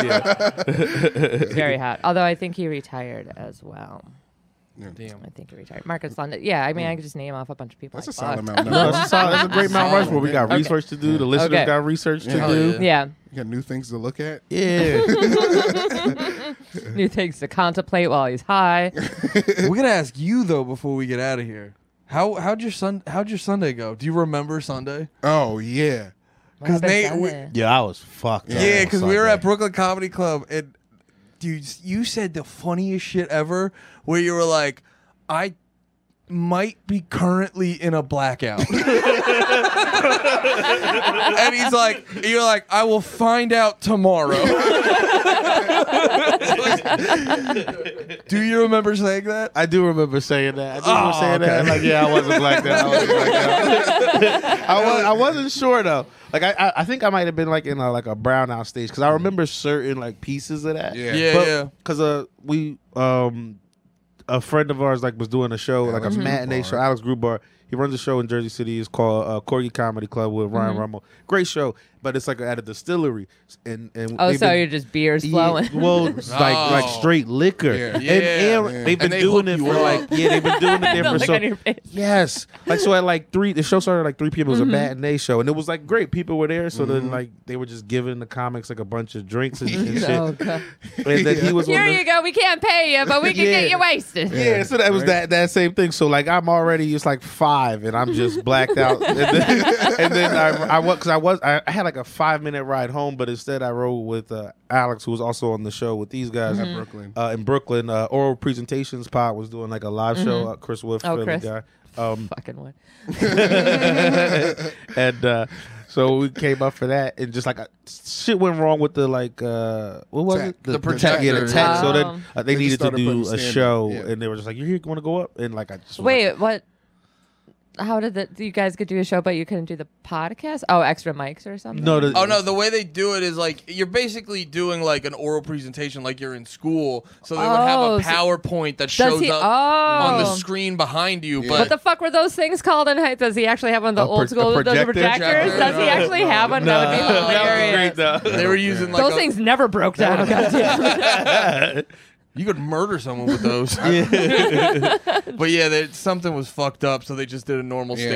yeah, yeah. Very hot. Although I think he retired as well. Damn. I think he retired. Marcus London. Yeah, I mean, I could just name off a bunch of people. That's I a solid fucked. amount. No, No, that's a, solid, that's a great [LAUGHS] Mount Solid. Rushmore. We got Okay. research to do. The listeners Okay. got research to Oh, Yeah. do. [LAUGHS] Yeah, you got new things to look at. Yeah. [LAUGHS] new things to contemplate while he's [LAUGHS] high. We're gonna ask you though before we get out of here. How how'd your sun how'd your Sunday go? Do you remember Sunday? Oh yeah. What happened Nate, we- Sunday? yeah, I was fucked. up Yeah, on because we were Sunday. at Brooklyn Comedy Club and dude, you said the funniest shit ever where you were like, I might be currently in a blackout. [LAUGHS] and he's like, you're like, I will find out tomorrow. [LAUGHS] Do you remember saying that? I do remember saying that. I do remember Oh, saying that. okay. Like, yeah, I wasn't blacked out. I wasn't blacked [LAUGHS] out. I, was, I wasn't sure though. Like, I, I, I think I might have been like in a, like a brownout stage because I remember certain like pieces of that. Yeah. Yeah, but, yeah. Because uh, we um, a friend of ours like was doing a show like Mm-hmm. Alex a matinee Grubar. show. Alex Grubar. He runs a show in Jersey City. It's called uh, Corgi Comedy Club with Ryan Mm-hmm. Rummel. Great show, but it's like at a distillery. And and Oh, they've so been- you're just beers yeah, flowing. [LAUGHS] well, it's like like No. straight liquor. Yeah. And, Oh. Yeah, and man. they've been And they doing hook it you for up. like yeah, they've [LAUGHS] been doing Don't it there for look on your so face. yes. Like so at like three, the show started at like three p.m. It Mm-hmm. was a matinee show, and it was like great. People were there, so Mm-hmm. then like they were just giving the comics like a bunch of drinks and, [LAUGHS] and Oh, shit. God. And then he was Here one of the- you go. We can't pay you, but we can Yeah. get you wasted. yeah, so that was Right. that that same thing. So like I'm already it's like five and I'm just [LAUGHS] blacked out. And then, and then I, I was because I was I, I had like a five minute ride home, but instead I rode with uh, Alex, who was also on the show with these guys Mm-hmm. Mm. At Brooklyn. uh, in Brooklyn. Uh, Oral Presentations Pod was doing like a live show. Uh, Chris Wolf, Oh, Philly Chris. guy. Um, [LAUGHS] Fucking one. and uh, so we came up for that, and just like uh, shit went wrong with the like uh, what was Tech. it? The tech- Yeah, the protector. tech. So Oh. then uh, they, They just needed to started putting do a stand-up, show, yeah. and they were just like, "You here? Want to go up?" And like I just was like, Wait, what? How did the, you guys could do a show, but you couldn't do the podcast? Oh, extra mics or something? no, the, Oh no, the way they do it is like you're basically doing like an oral presentation like you're in school. So they Oh, would so- have a PowerPoint that Does shows he? up Oh. on the screen behind you, What but the fuck were those things called? And how- does he actually have one of the A old pro- school a those projector? projectors? Does he No, actually have one? [LAUGHS] That would be Nah. hilarious. That was great, though. they were using like those a- things never broke down. goddamn. You could murder someone with those. [LAUGHS] but yeah, they, something was fucked up, so they just did a normal Yeah.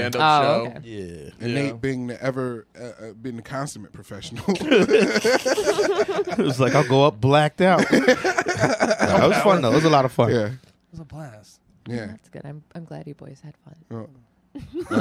[LAUGHS] Oh, stand-up show. okay. [LAUGHS] Yeah. And Yeah. Nate being the ever uh, uh, being the consummate professional. [LAUGHS] It was like I'll go up blacked [LAUGHS] out. Nah, it was fun though. It was a lot of fun. yeah. It was a blast. [LAUGHS] Yeah. That's good. I'm, I'm glad you boys had fun. [LAUGHS] Uh,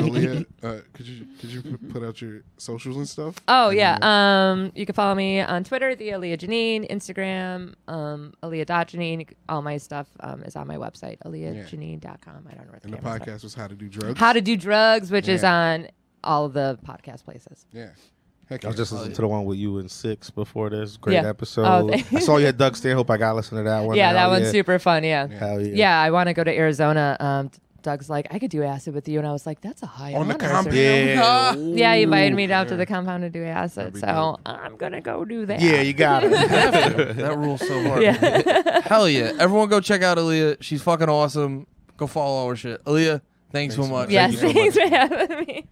Aaliyah, uh, [LAUGHS] could you could you p- put out your socials and stuff? Oh yeah. Um, you can follow me on Twitter, the Aaliyah Janine, Instagram, um, Aaliyah dot Janine. All my stuff um, is on my website, AaliyahJanine.com. I don't know where the, And the camera's at. podcast was how to do drugs. How to Do Drugs, which is Yeah. on all of the podcast places. yeah. Heck I was just yeah. listening to the one with you and Six before this. Great Yeah. episode. Oh, thank- I saw you had Doug Stanhope. I got to listen to that one. yeah, that Hell one's yeah. super fun. Yeah. Yeah, Hell yeah. I want to go to Arizona. Um, Doug's like, I could do acid with you, and I was like, that's a high On the honor, sir." compound? Yeah. Yeah, he invited me down to the compound to do acid, be so dope. I'm gonna go do that. Yeah, you [LAUGHS] got it. [LAUGHS] That rules so hard. Yeah. [LAUGHS] Hell yeah. Everyone go check out Aaliyah. She's fucking awesome. Go follow her shit. Aaliyah, thanks, so much. yes, you so thanks for having me.